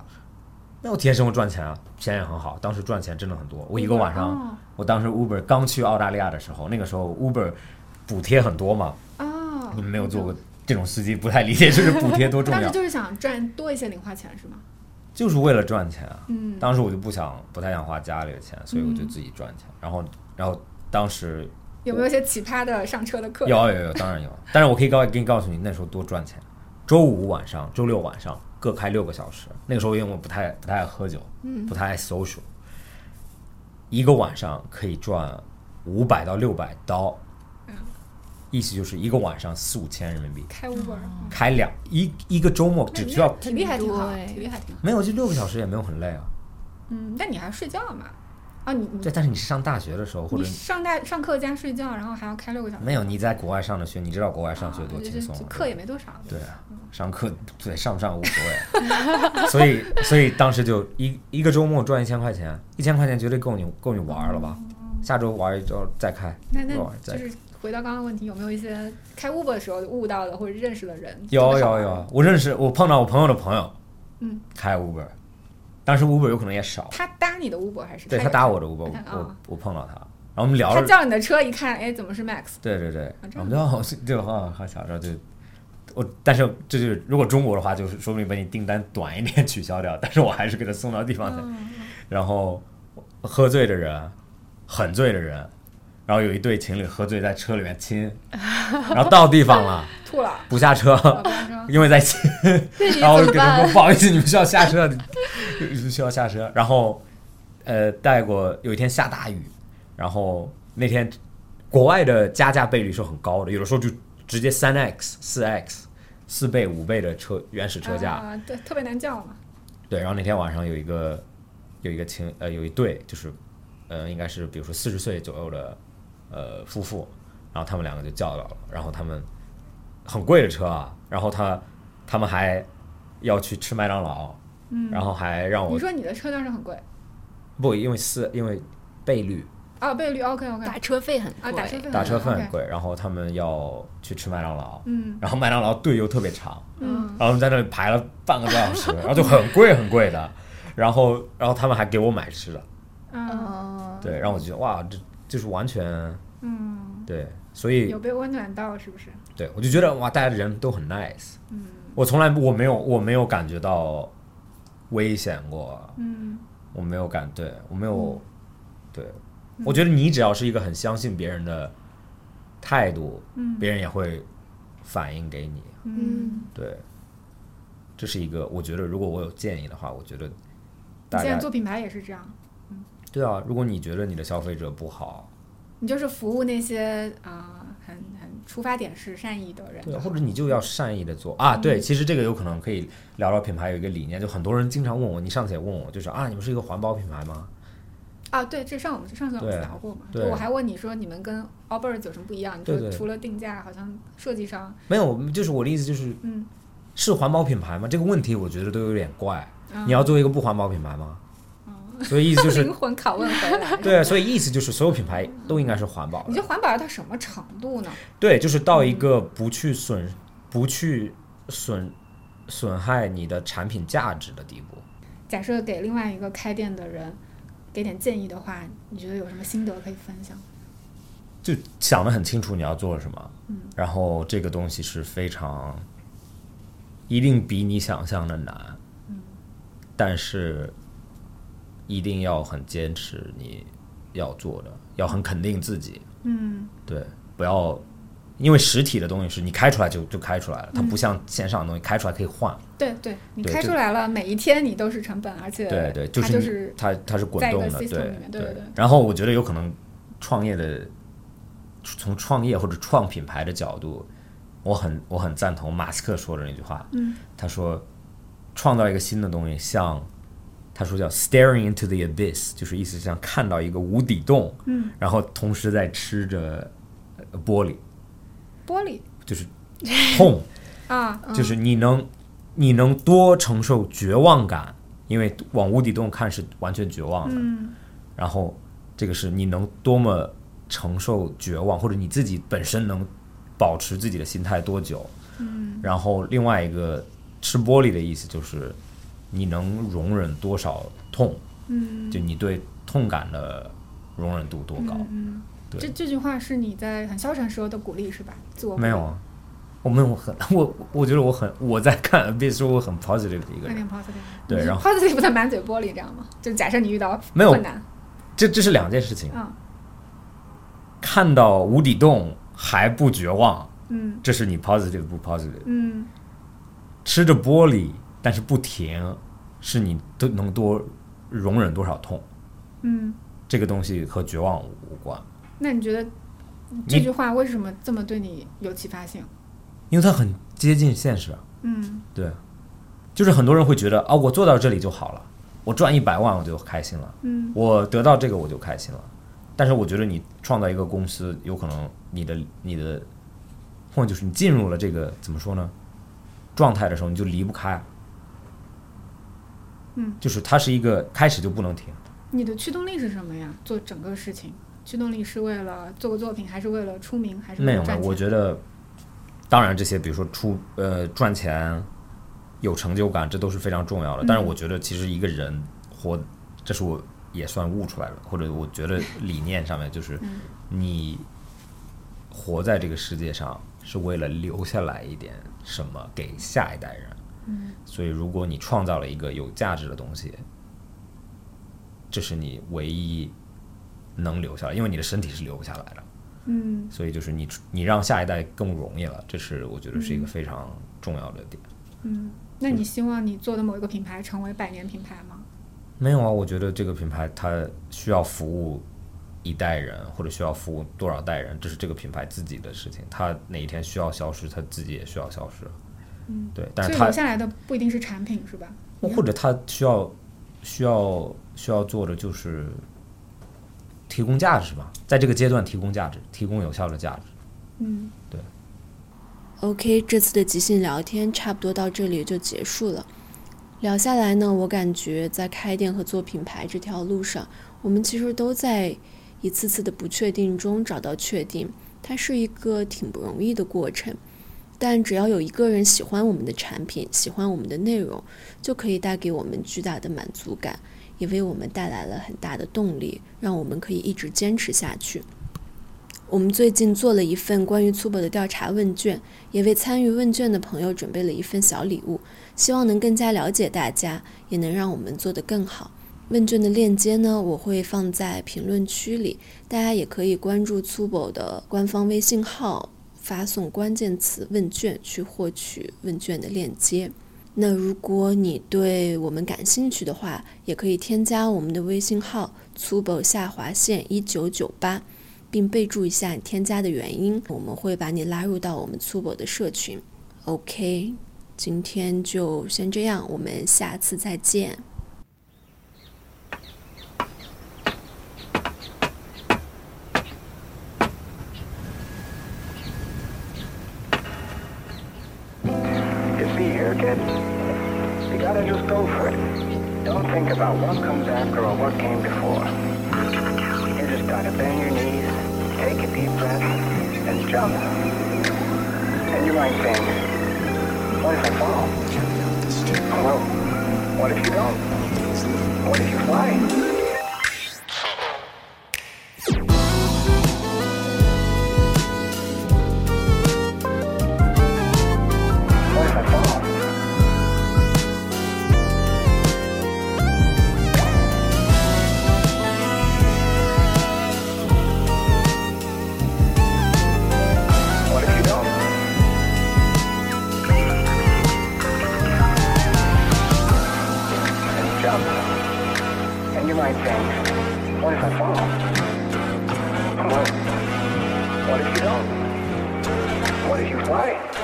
Speaker 5: 那我体验生活赚钱啊，钱也很好，当时赚钱真的很多，我一个晚上，
Speaker 4: 哦
Speaker 5: 我当时 Uber 刚去澳大利亚的时候，那个时候 Uber 补贴很多嘛，
Speaker 4: 哦，
Speaker 5: 你们没有做过这种司机不太理解，就是补贴多重
Speaker 4: 当时
Speaker 5: 要，
Speaker 4: 就是想赚多一些零花钱是吗？
Speaker 5: 就是为了赚钱啊。
Speaker 4: 嗯，
Speaker 5: 当时我就不想不太想花家里的钱，所以我就自己赚钱，然后然后当时
Speaker 4: 有没有一些奇葩的上车的客人？
Speaker 5: 有有有，当然有。 但是我可以告给你告诉你，那时候多赚钱。周五晚上、周六晚上各开六个小时。那个时候因为我不太不太爱喝酒，
Speaker 4: 嗯
Speaker 5: 不太爱 social，、一个晚上可以赚五百到六百刀，
Speaker 4: 嗯
Speaker 5: 意思就是一个晚上四五千人民币，
Speaker 4: 开 Uber，
Speaker 6: 哦
Speaker 5: 开两一一个周末只需要
Speaker 4: 体力还挺好，
Speaker 6: 对
Speaker 4: 体力还挺好。
Speaker 5: 没有就六个小时也没有很累啊。
Speaker 4: 嗯，但你还睡觉嘛？啊，你你
Speaker 5: 对，但是你是上大学的时候或
Speaker 4: 你
Speaker 5: 者。
Speaker 4: 上大上课加睡觉，然后还要开六个小时，
Speaker 5: 没有，你在国外上的学，你知道国外上学
Speaker 4: 啊
Speaker 5: 多
Speaker 4: 就
Speaker 5: 轻
Speaker 4: 就
Speaker 5: 松、啊
Speaker 4: 就课也没多少。
Speaker 5: 对啊，上课对上不上无所谓， 所以所以当时就一一个周末赚一千块钱，一千块钱绝对够你够你玩了吧？下周玩一周再开，
Speaker 4: 那那
Speaker 5: 再玩再
Speaker 4: 就
Speaker 5: 开。
Speaker 4: 是回到刚刚的问题，有没有一些开 Uber 的时候悟到的或者认识的人？
Speaker 5: 有
Speaker 4: 真的好
Speaker 5: 有
Speaker 4: 玩
Speaker 5: 有，，我认识我碰到我朋友的朋友，
Speaker 4: 嗯，
Speaker 5: 开 Uber，当时 Uber 有可能也少，
Speaker 4: 他搭你的 Uber 还是
Speaker 5: 对
Speaker 4: 开
Speaker 5: 他
Speaker 4: 的
Speaker 5: 搭
Speaker 4: 车
Speaker 5: 我的 Uber，我
Speaker 4: 啊
Speaker 5: 我我碰到他，然后我们聊
Speaker 4: 他
Speaker 5: 了，
Speaker 4: 叫你的车一看，哎，怎么是 Max？
Speaker 5: 对对对，
Speaker 4: 这
Speaker 5: 我们就好就好好小时候就。我但是这就是如果中国的话，就是说不定把你订单短一点取消掉，但是我还是给他送到地方去。然后喝醉的人，很醉的人，然后有一对情侣喝醉在车里面亲，然后到地方了
Speaker 4: 吐了，
Speaker 5: 不下车，
Speaker 4: 我跟你 说
Speaker 5: 因为 在亲，
Speaker 6: 那你
Speaker 5: 然后我
Speaker 6: 怎么
Speaker 5: 就给他
Speaker 6: 办
Speaker 5: 说？不好意思，你们需要下车，你们需要下车。然后呃，带过有一天下大雨，然后那天国外的加价倍率是很高的，有的时候就直接三 x 四 x 四倍五倍的车原始车价。
Speaker 4: 啊，对，特别难叫嘛。
Speaker 5: 对，然后那天晚上有一个有一个情呃有一对就是呃应该是比如说四十岁左右的呃夫妇，然后他们两个就叫到了，然后他们很贵的车啊，然后他他们还要去吃麦当劳，嗯，然后还让
Speaker 4: 你
Speaker 5: 我
Speaker 4: 说你的车当时很贵
Speaker 5: 不因为四因为倍率
Speaker 4: 啊，倍率 OK OK
Speaker 6: 打车费很贵，
Speaker 4: 啊，打车费
Speaker 5: 打车费
Speaker 4: 很
Speaker 5: 很
Speaker 4: 贵，
Speaker 5: 贵，然后他们要去吃麦当劳，
Speaker 4: 嗯
Speaker 5: 然后麦当劳队又特别长，
Speaker 4: 嗯，
Speaker 5: 然后我们在那里排了半个多小时，然后就很贵很贵的，然后然后他们还给我买吃的。
Speaker 4: 嗯
Speaker 6: 哦，
Speaker 5: 对，让我觉得哇，这就是完全
Speaker 4: 嗯，
Speaker 5: 对，所以
Speaker 4: 有被温暖到是不是？
Speaker 5: 对我就觉得哇，大家人都很 nice，我
Speaker 4: 嗯
Speaker 5: 从来我没有我没有感觉到危险过，
Speaker 4: 嗯，
Speaker 5: 我没有感对我没有，对我觉得你只要是一个很相信别人的态度，别人也会反映给你，
Speaker 4: 嗯，
Speaker 5: 对，这是一个我觉得如果我有建议的话，我觉得
Speaker 4: 你
Speaker 5: 大
Speaker 4: 现在
Speaker 5: 家
Speaker 4: 做品牌也是这样，
Speaker 5: 对啊，如果你觉得你的消费者不好，
Speaker 4: 你就是服务那些啊、很很出发点是善意的人
Speaker 5: 对，
Speaker 4: 就好，
Speaker 5: 或者你就要善意的做啊。
Speaker 4: 嗯
Speaker 5: 对，其实这个有可能可以聊到品牌有一个理念，就很多人经常问我，你上次也问我，就是啊，你们是一个环保品牌吗？
Speaker 4: 啊，对，这上我们上次我们
Speaker 5: 对
Speaker 4: 聊过嘛，
Speaker 5: 对
Speaker 4: 就我还问你说你们跟 Allbirds 有什么不一样？你
Speaker 5: 对
Speaker 4: 说
Speaker 5: 对
Speaker 4: 除了定价，好像设计上，
Speaker 5: 没有，就是我的意思就是
Speaker 4: 嗯，
Speaker 5: 是环保品牌吗？这个问题我觉得都有点怪。
Speaker 4: 嗯
Speaker 5: 你要做一个不环保品牌吗？所以意思就 是
Speaker 4: 灵魂拷问回 来，
Speaker 5: 对，所以意思就是所有品牌都应该是环保的
Speaker 4: 你。觉得环保要到什么程度呢？
Speaker 5: 对，就是到一个不去损、不去损、损害你的产品价值的地步。
Speaker 4: 假设给另外一个开店的人给点建议的话，你觉得有什么心得可以分享？
Speaker 5: 就想得很清楚你要做什么，然后这个东西是非常，一定比你想象的难，但是一定要很坚持你要做的，要很肯定自己，
Speaker 4: 嗯，
Speaker 5: 对，不要因为实体的东西是你开出来就就开出来了，它不像线上的东西开出来可以换，
Speaker 4: 对对，你
Speaker 5: 对
Speaker 4: 开
Speaker 5: 这
Speaker 4: 出来了，每一天你都是成本，而且
Speaker 5: 对对，
Speaker 4: 它
Speaker 5: 是
Speaker 4: 就
Speaker 5: 你
Speaker 4: 是
Speaker 5: 它它是滚
Speaker 4: 在一
Speaker 5: 动
Speaker 4: 个
Speaker 5: 的，
Speaker 4: system 里
Speaker 5: 对
Speaker 4: 面对对对
Speaker 5: 然后我觉得有可能创业的，从创业或者创品牌的角度，我很我很赞同马斯克说的那句话，
Speaker 4: 嗯，
Speaker 5: 他说创造一个新的东西，像他说叫 staring into the abyss，就是意思像看到一个无底洞，嗯，然后同时在吃着呃玻璃，
Speaker 4: 玻璃
Speaker 5: 就是痛。
Speaker 4: 啊，
Speaker 5: 就是你能，你能多承受绝望感，因为往无底洞看是完全绝望的。
Speaker 4: 嗯
Speaker 5: 然后这个是你能多么承受绝望，或者你自己本身能保持自己的心态多久。
Speaker 4: 嗯
Speaker 5: 然后另外一个吃玻璃的意思就是你能容忍多少痛，
Speaker 4: 嗯
Speaker 5: 就你对痛感的容忍度多高。
Speaker 4: 嗯
Speaker 5: 对
Speaker 4: 这这句话是你在很消沉时候的鼓励是吧？自我鼓
Speaker 5: 没
Speaker 4: 励
Speaker 5: 有，啊，我们我很我我觉得我很我在看，别说我很 positive 的一个
Speaker 4: 那
Speaker 5: 人。
Speaker 4: 点 positive。
Speaker 5: 对然后
Speaker 4: positive 的满嘴玻璃，这样吗？就假设你遇到
Speaker 5: 没有
Speaker 4: 困难，
Speaker 5: 这这是两件事情。
Speaker 4: 嗯
Speaker 5: 看到无底洞还不绝望，
Speaker 4: 嗯
Speaker 5: 这是你 positive 不 positive。
Speaker 4: 嗯，
Speaker 5: 吃着玻璃但是不停，是你都能多容忍多少痛。
Speaker 4: 嗯，
Speaker 5: 这个东西和绝望无关，
Speaker 4: 那你觉得这句话为什么这么对你有启发性？
Speaker 5: 因为它很接近现实啊。
Speaker 4: 嗯
Speaker 5: 对，就是很多人会觉得啊，我做到这里就好了，我赚一百万我就开心了，
Speaker 4: 嗯，
Speaker 5: 我得到这个我就开心了。但是我觉得你创造一个公司，有可能你的你的，或者就是你进入了这个怎么说呢，状态的时候你就离不开，
Speaker 4: 嗯，
Speaker 5: 就是它是一个开始就不能停。
Speaker 4: 你的驱动力是什么呀？做整个事情，驱动力是为了做个作品，还是为了出名，还是为
Speaker 5: 没有
Speaker 4: 了
Speaker 5: 没有，
Speaker 4: 赚钱？
Speaker 5: 我觉得，当然这些，比如说出呃赚钱、有成就感，这都是非常重要的。但
Speaker 4: 嗯
Speaker 5: 是我觉得，其实一个人活，这是我也算悟出来了，或者我觉得理念上面就是，
Speaker 4: 嗯
Speaker 5: 你活在这个世界上是为了留下来一点什么给下一代人。
Speaker 4: 嗯
Speaker 5: 所以，如果你创造了一个有价值的东西，这是你唯一能留下来，因为你的身体是留不下来的。
Speaker 4: 嗯，
Speaker 5: 所以就是你你让下一代更容易了，这是我觉得是一个非常重要的点。
Speaker 4: 那你希望你做的某一个品牌成为百年品牌吗？
Speaker 5: 没有啊，我觉得这个品牌它需要服务一代人，或者需要服务多少代人，这是这个品牌自己的事情。它哪一天需要消失，它自己也需要消失。嗯，对，但
Speaker 4: 所
Speaker 5: 是
Speaker 4: 以
Speaker 5: 它
Speaker 4: 留下来的不一定是产品，是吧？
Speaker 5: 或者它需要需要需要做的就是提供价值吧，在这个阶段提供价值，提供有效的价值。
Speaker 4: 嗯
Speaker 3: OK，这次的即兴聊天差不多到这里就结束了。聊下来呢，我感觉在开店和做品牌这条路上，我们其实都在一次次的不确定中找到确定，它是一个挺不容易的过程。但只要有一个人喜欢我们的产品，喜欢我们的内容，就可以带给我们巨大的满足感，也为我们带来了很大的动力，让我们可以一直坚持下去。我们最近做了一份关于粗博的调查问卷，也为参与问卷的朋友准备了一份小礼物，希望能更加了解大家，也能让我们做得更好。问卷的链接呢，我会放在评论区里，大家也可以关注粗博的官方微信号，发送关键词“问卷”去获取问卷的链接。那如果你对我们感兴趣的话，也可以添加我们的微信号“粗博下划线一九九八”。并备注一下你添加的原因，我们会把你拉入到我们粗博的社群。OK，今天就先这样，我们下次再见。
Speaker 1: said, you gotta just go for it. Don't think about what comes after or what came before. You just gotta bend your knees, take a deep breath, and jump. And you might think, what if I fall? Well, what if you don't? What if you fly? 喂。